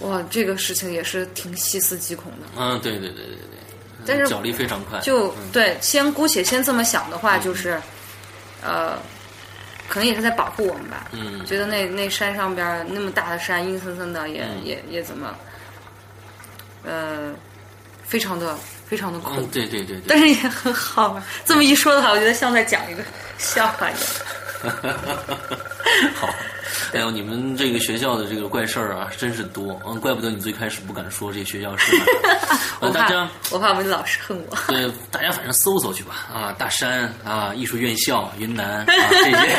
Speaker 2: 哇，这个事情也是挺细思极恐的。
Speaker 3: 啊，对对对对对，
Speaker 2: 但是
Speaker 3: 脚力非常快，
Speaker 2: 就
Speaker 3: 嗯
Speaker 2: 对，先姑且先这么想的话，就是，呃，可能也是在保护我们吧。
Speaker 3: 嗯
Speaker 2: 觉得那那山上边儿那么大的山，阴森森的，也、
Speaker 3: 嗯
Speaker 2: 也也怎么，呃，非常的非常的恐怖，
Speaker 3: 嗯，对对对对
Speaker 2: 但，是也很好玩。这么一说的话，我觉得像在讲一个笑话一样。
Speaker 3: 好，哎呦，你们这个学校的这个怪事儿啊，真是多，嗯，怪不得你最开始不敢说这学校是哪 儿。
Speaker 2: 我
Speaker 3: 呃，大
Speaker 2: 怕
Speaker 3: 家
Speaker 2: 我怕我们老师恨 我。
Speaker 3: 对，大家反正搜搜去吧啊，大山啊，艺术院校，云南啊，这些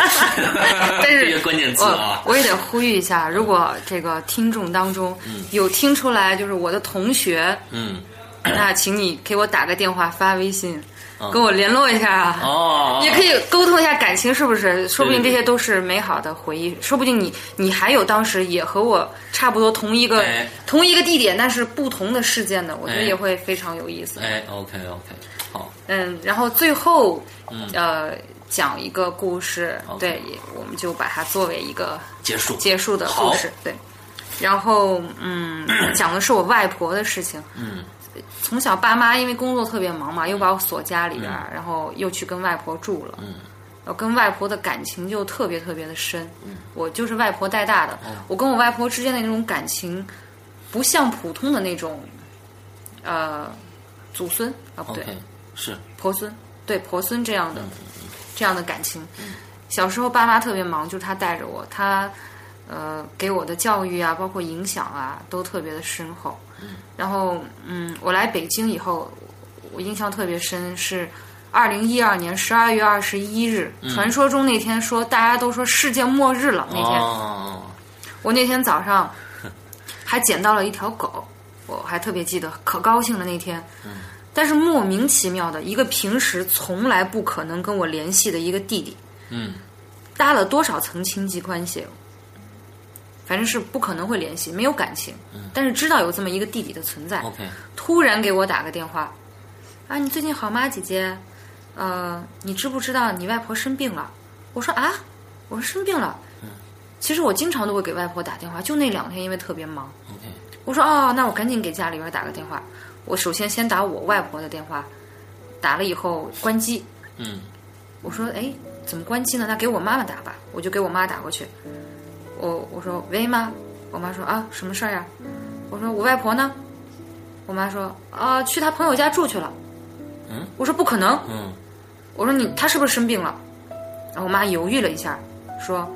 Speaker 2: 但是
Speaker 3: 这些关键词啊，
Speaker 2: 我我也得呼吁一下，如果这个听众当中有听出来，就是我的同学，
Speaker 3: 嗯，
Speaker 2: 那请你给我打个电话，发微信，
Speaker 3: 嗯
Speaker 2: 跟我联络一下啊。
Speaker 3: 哦，
Speaker 2: 也可以沟通一下感情，是不是？说不定
Speaker 3: 对对
Speaker 2: 这些都是美好的回忆，说不定你你还有当时也和我差不多同一个、
Speaker 3: 哎
Speaker 2: 同一个地点，但是不同的事件的，我觉得
Speaker 3: 哎
Speaker 2: 也会非常有意思。
Speaker 3: 哎，OK OK，好，
Speaker 2: 嗯，然后最后，呃，讲一个故事
Speaker 3: 嗯 OK
Speaker 2: 对，也我们就把它作为一个
Speaker 3: 结束，
Speaker 2: 结束的故事，对。然后，嗯，讲的是我外婆的事情。
Speaker 3: 嗯
Speaker 2: 从小爸妈因为工作特别忙嘛，又把我锁家里边儿，然后又去跟外婆住了。
Speaker 3: 嗯
Speaker 2: 我跟外婆的感情就特别特别的深。
Speaker 3: 嗯
Speaker 2: 我就是外婆带大的，
Speaker 3: 哦
Speaker 2: 我跟我外婆之间的那种感情，不像普通的那种，呃，祖孙啊不对
Speaker 3: ，OK，是，
Speaker 2: 婆孙，对婆孙这样的、这样的感情。小时候爸妈特别忙，就是他带着我，他呃给我的教育啊，包括影响啊，都特别的深厚。然后嗯，我来北京以后，我印象特别深是。二零一二年十二月二十一日，传说中那天说大家都说世界末日了。那天、
Speaker 3: 哦，
Speaker 2: 我那天早上还捡到了一条狗，我还特别记得，可高兴了那天。但是莫名其妙的，一个平时从来不可能跟我联系的一个弟弟，
Speaker 3: 嗯
Speaker 2: 搭了多少层亲戚关系，反正是不可能会联系，没有感情，但是知道有这么一个弟弟的存在。
Speaker 3: OK，
Speaker 2: 突然给我打个电话，啊，你最近好吗，姐姐？呃，你知不知道你外婆生病了？我说啊，我说生病了。其实我经常都会给外婆打电话，就那两天因为特别忙。
Speaker 3: OK，
Speaker 2: 我说哦，那我赶紧给家里边打个电话。我首先先打我外婆的电话，打了以后关机。
Speaker 3: 嗯
Speaker 2: 我说哎，怎么关机呢？那给我妈妈打吧。我就给我妈打过去。我我说喂妈，我妈说啊什么事儿、呀？我说我外婆呢？我妈说啊去她朋友家住去了。
Speaker 3: 嗯，
Speaker 2: 我说不可能。
Speaker 3: 嗯
Speaker 2: 我说你她是不是生病了？然后我妈犹豫了一下，说，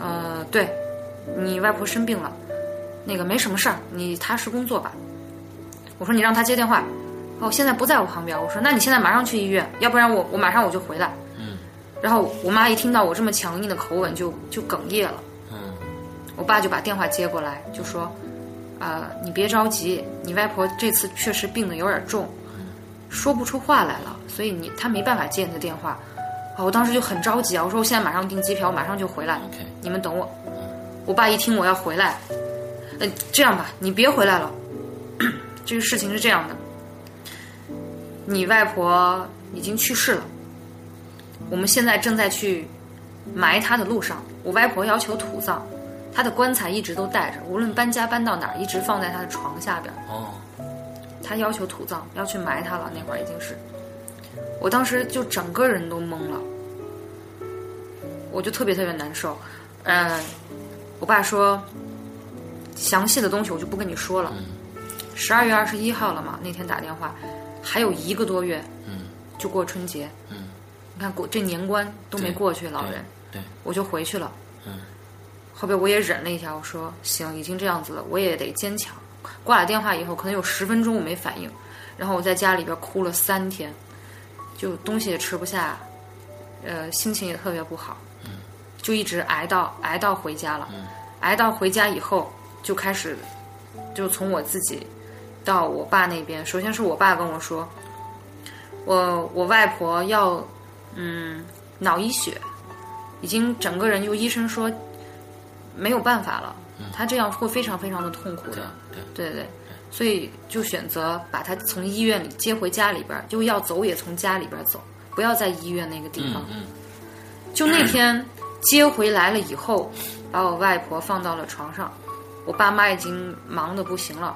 Speaker 2: 呃，对，你外婆生病了，那个没什么事儿，你踏实工作吧。我说你让她接电话，哦，现在不在我旁边。我说那你现在马上去医院，要不然我我马上我就回来。
Speaker 3: 嗯
Speaker 2: 然后我妈一听到我这么强硬的口吻就就哽咽了。
Speaker 3: 嗯
Speaker 2: 我爸就把电话接过来，就说：“啊、你别着急，你外婆这次确实病得有点重，说不出话来了，所以你她没办法接你的电话。”啊，我当时就很着急啊，我说我现在马上订机票，我马上就回来，
Speaker 3: 嗯，OK，
Speaker 2: 你们等我。我爸一听我要回来，呃，这样吧，你别回来了。 这个事情是这样的，你外婆已经去世了，我们现在正在去埋她的路上。我外婆要求土葬，她的棺材一直都带着，无论搬家搬到哪儿，一直放在她的床下边。
Speaker 3: 哦，
Speaker 2: 她要求土葬，要去埋她了。那会儿已经是，我当时就整个人都懵了，我就特别特别难受。嗯、我爸说，详细的东西我就不跟你说了。
Speaker 3: 嗯
Speaker 2: 十二月二十一号了嘛，那天打电话，还有一个多月，
Speaker 3: 嗯
Speaker 2: 就过春节。
Speaker 3: 嗯，
Speaker 2: 你看过这年关都没
Speaker 3: 对
Speaker 2: 过去，老人
Speaker 3: 对，对
Speaker 2: 我就回去了。
Speaker 3: 嗯，
Speaker 2: 后边我也忍了一下，我说行，已经这样子了，我也得坚强。挂了电话以后，可能有十分钟我没反应，然后我在家里边哭了三天，就东西也吃不下，呃，心情也特别不好，就一直挨到挨到回家了。挨到回家以后，就开始就从我自己到我爸那边，首先是我爸跟我说，我我外婆要嗯脑溢血，已经整个人就医生说没有办法了，她这样会非常非常的痛苦
Speaker 3: 对
Speaker 2: 的，
Speaker 3: 对，
Speaker 2: 对对对，所以就选择把她从医院里接回家里边儿，就要走也从家里边儿走，不要在医院那个地方。
Speaker 3: 嗯嗯
Speaker 2: 就那天接回来了以后，把我外婆放到了床上，我爸妈已经忙得不行了。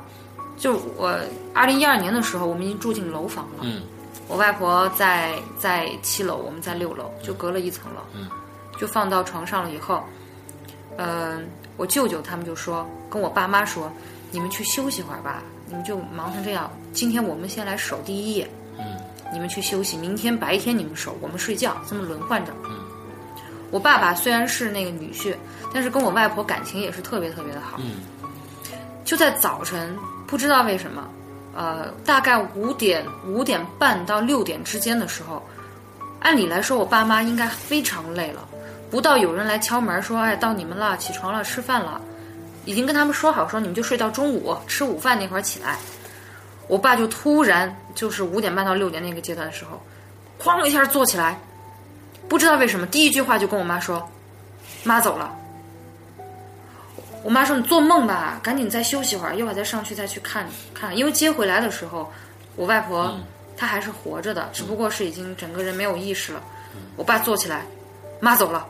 Speaker 2: 就我二零一二年的时候，我们已经住进楼房了。
Speaker 3: 嗯
Speaker 2: 我外婆在在七楼，我们在六楼，就隔了一层楼。
Speaker 3: 嗯
Speaker 2: 就放到床上了以后，嗯、我舅舅他们就说跟我爸妈说，你们去休息会儿吧，你们就忙成这样，今天我们先来守第一夜。
Speaker 3: 嗯
Speaker 2: 你们去休息，明天白天你们守，我们睡觉，这么轮换着。
Speaker 3: 嗯
Speaker 2: 我爸爸虽然是那个女婿，但是跟我外婆感情也是特别特别的好。
Speaker 3: 嗯
Speaker 2: 就在早晨，不知道为什么，呃，大概五点五点半到六点之间的时候，按理来说我爸妈应该非常累了，不到有人来敲门说：“哎，到你们了，起床了，吃饭了。”已经跟他们说好说你们就睡到中午吃午饭那会儿起来。我爸就突然就是五点半到六点那个阶段的时候，哐一下坐起来，不知道为什么第一句话就跟我妈说：“妈走了。”我妈说：“你做梦吧，赶紧再休息会儿，一会儿再上去再去看看。”因为接回来的时候，我外婆、她还是活着的，只不过是已经整个人没有意识了。我爸坐起来，妈走了。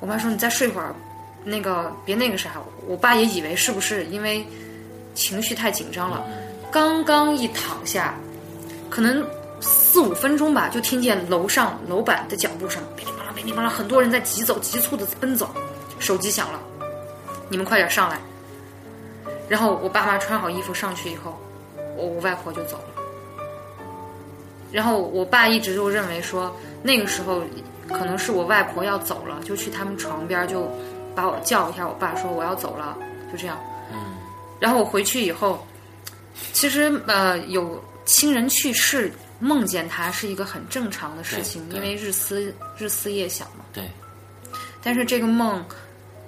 Speaker 2: 我妈说：“你再睡会儿，那个别那个啥。”我爸也以为是不是因为情绪太紧张了，刚刚一躺下，可能四五分钟吧，就听见楼上楼板的脚步声，噼里啪啦噼里啪啦，很多人在急走急促的奔走，手机响了，你们快点上来。然后我爸妈穿好衣服上去以后，我我外婆就走了。然后我爸一直就认为说，那个时候可能是我外婆要走了，就去他们床边就把我叫一下，我爸说我要走了，就这样。
Speaker 3: 嗯
Speaker 2: 然后我回去以后，其实呃有亲人去世，梦见他是一个很正常的事情，
Speaker 3: 对对
Speaker 2: 因为日思日思夜想嘛。
Speaker 3: 对，
Speaker 2: 但是这个梦，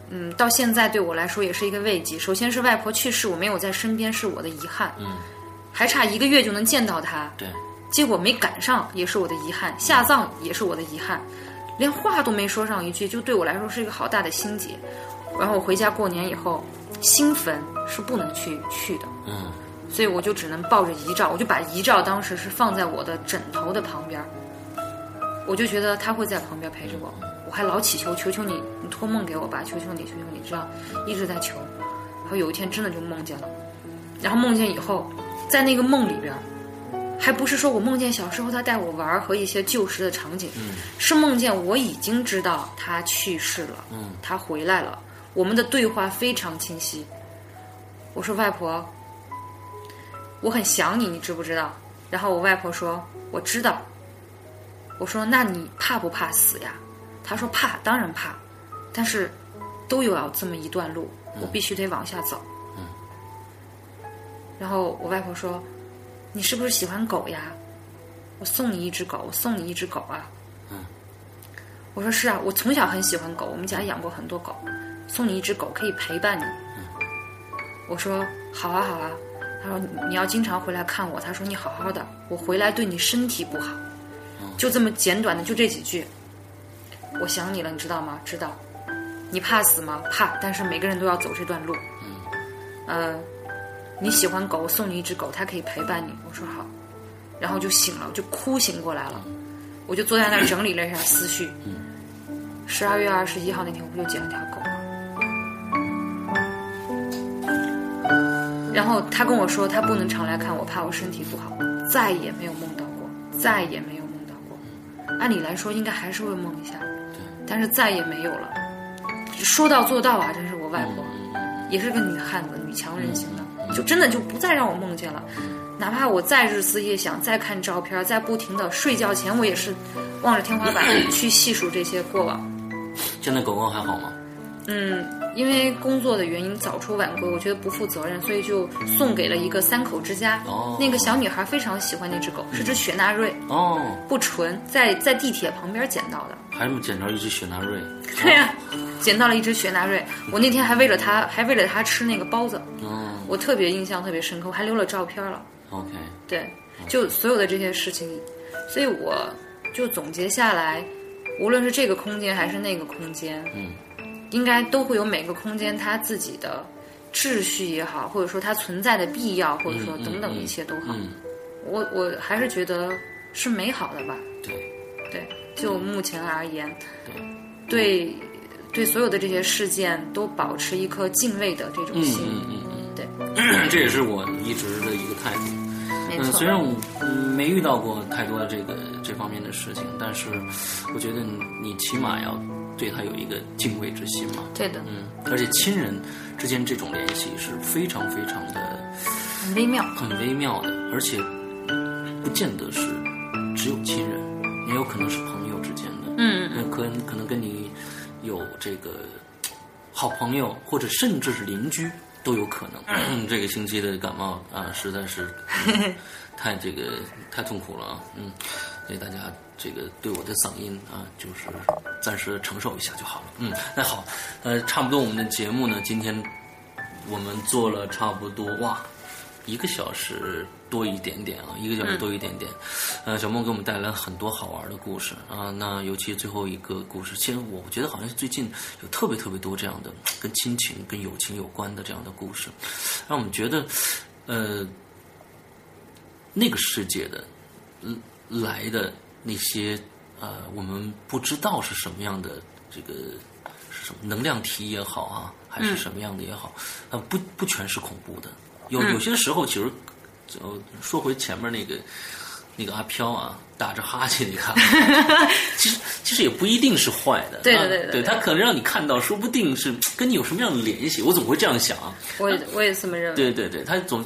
Speaker 2: 嗯，到现在对我来说也是一个慰藉。首先是外婆去世，我没有在身边是我的遗憾，
Speaker 3: 嗯
Speaker 2: 还差一个月就能见到她，
Speaker 3: 对，
Speaker 2: 结果没赶上也是我的遗憾，下葬也是我的遗憾，连话都没说上一句，就对我来说是一个好大的心结。然后我回家过年以后，新坟是不能去去的，
Speaker 3: 嗯，
Speaker 2: 所以我就只能抱着遗照，我就把遗照当时是放在我的枕头的旁边儿，我就觉得他会在旁边陪着我，我还老祈求，求求你，你托梦给我吧，求求你，求求你，这样一直在求，然后有一天真的就梦见了，然后梦见以后，在那个梦里边儿，还不是说我梦见小时候他带我玩儿和一些旧时的场景，是梦见我已经知道他去世了，
Speaker 3: 嗯
Speaker 2: 他回来了，我们的对话非常清晰。我说外婆，我很想你，你知不知道？然后我外婆说我知道。我说那你怕不怕死呀？她说怕，当然怕，但是都有要这么一段路，我必须得往下走。然后我外婆说：“你是不是喜欢狗呀？我送你一只狗，我送你一只狗啊。”我说是啊，我从小很喜欢狗，我们家养过很多狗，送你一只狗可以陪伴你。我说好啊好啊，他说你你要经常回来看我，他说你好好的，我回来对你身体不好。就这么简短的就这几句，我想你了，你知道吗？知道。你怕死吗？怕，但是每个人都要走这段路。嗯，呃，你喜欢狗，我送你一只狗，它可以陪伴你。我说好，然后就醒了，我就哭醒过来了。我就坐在那儿整理了一下思绪。十二月二十一号那天，我不就捡了条狗吗？然后他跟我说，他不能常来看我，怕我身体不好，再也没有梦到过，再也没有梦到过。按理来说，应该还是会梦一下，但是再也没有了。说到做到啊，真是我外婆，也是个女汉子，女强人型的，就真的就不再让我梦见了。哪怕我再日思夜想，再看照片，再不停的睡觉前，我也是望着天花板去细数这些过往。
Speaker 3: 现在狗狗还好吗？
Speaker 2: 嗯，因为工作的原因早出晚归，我觉得不负责任，所以就送给了一个三口之家。
Speaker 3: 哦
Speaker 2: 嗯那个小女孩非常喜欢那只狗，是只雪纳瑞，
Speaker 3: 哦，
Speaker 2: 不纯，在在地铁旁边捡到的。
Speaker 3: 还没捡着一只雪纳瑞。
Speaker 2: 对啊呀、捡到了一只雪纳瑞，我那天还为了它，还为了它吃那个包子，
Speaker 3: 哦
Speaker 2: 我特别印象特别深刻，我还留了照片了。
Speaker 3: ，OK，
Speaker 2: 对，
Speaker 3: 哦
Speaker 2: 就所有的这些事情，所以我就总结下来，无论是这个空间还是那个空间，
Speaker 3: 嗯，
Speaker 2: 应该都会有每个空间它自己的秩序也好，或者说它存在的必要，或者说等等一切都好，
Speaker 3: 嗯，
Speaker 2: 我我还是觉得是美好的吧。
Speaker 3: 对，
Speaker 2: 对，就目前而言，
Speaker 3: 对
Speaker 2: 对对所有的这些事件都保持一颗敬畏的这种
Speaker 3: 嗯
Speaker 2: 心，
Speaker 3: 嗯嗯
Speaker 2: 对，
Speaker 3: 嗯， 这也是我一直的一个态度。
Speaker 2: 没
Speaker 3: 嗯，
Speaker 2: 错。
Speaker 3: 虽然我嗯没遇到过太多的这个这方面的事情，但是我觉得你你起码要对他有一个敬畏之心嘛。
Speaker 2: 对的，
Speaker 3: 嗯，而且亲人之间这种联系是非常非常的
Speaker 2: 很微妙。
Speaker 3: 很微妙的，而且不见得是只有亲人，也有可能是朋友之间的。
Speaker 2: 嗯，
Speaker 3: 那可能可能跟你有这个好朋友，或者甚至是邻居都有可能。嗯这个星期的感冒啊，实在是、 嗯太这个太痛苦了啊，嗯，所以大家这个对我的嗓音啊，就是暂时承受一下就好了。嗯，那好，呃，差不多我们的节目呢，今天我们做了差不多哇。一个小时多一点点啊，一个小时多一点点。呃，小梦给我们带来很多好玩的故事啊、那尤其最后一个故事，其实我觉得好像最近有特别特别多这样的跟亲情、跟友情有关的这样的故事，让我们觉得，呃，那个世界的嗯来的那些呃，我们不知道是什么样的这个是什么能量体也好啊，还是什么样的也好，呃，不不全是恐怖的，有有些时候其实，呃，说回前面那个那个阿飘啊，打着哈欠那个阿飘，其实其实也不一定是坏的，
Speaker 2: 对
Speaker 3: 啊
Speaker 2: 对对
Speaker 3: 对
Speaker 2: 对对
Speaker 3: 他可能让你看到，说不定是跟你有什么样的联系，我总会这样想啊。
Speaker 2: 我也我也这么认为。
Speaker 3: 对对对，他总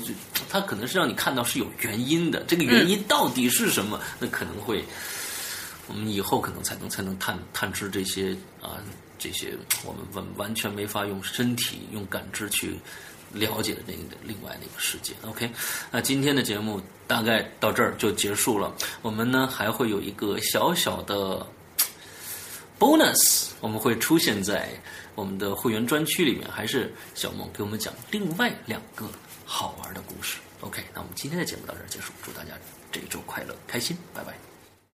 Speaker 3: 他可能是让你看到是有原因的，这个原因到底是什么？那可能会，我们以后可能才能才能探探知这些啊、这些我们完完全没法用身体用感知去了解的那个另外那个世界。OK，那今天的节目大概到这儿就结束了。我们呢还会有一个小小的 bonus，我们会出现在我们的会员专区里面，还是小梦给我们讲另外两个好玩的故事。OK，那我们今天的节目到这儿结束，祝大家这一周快乐开心，拜拜。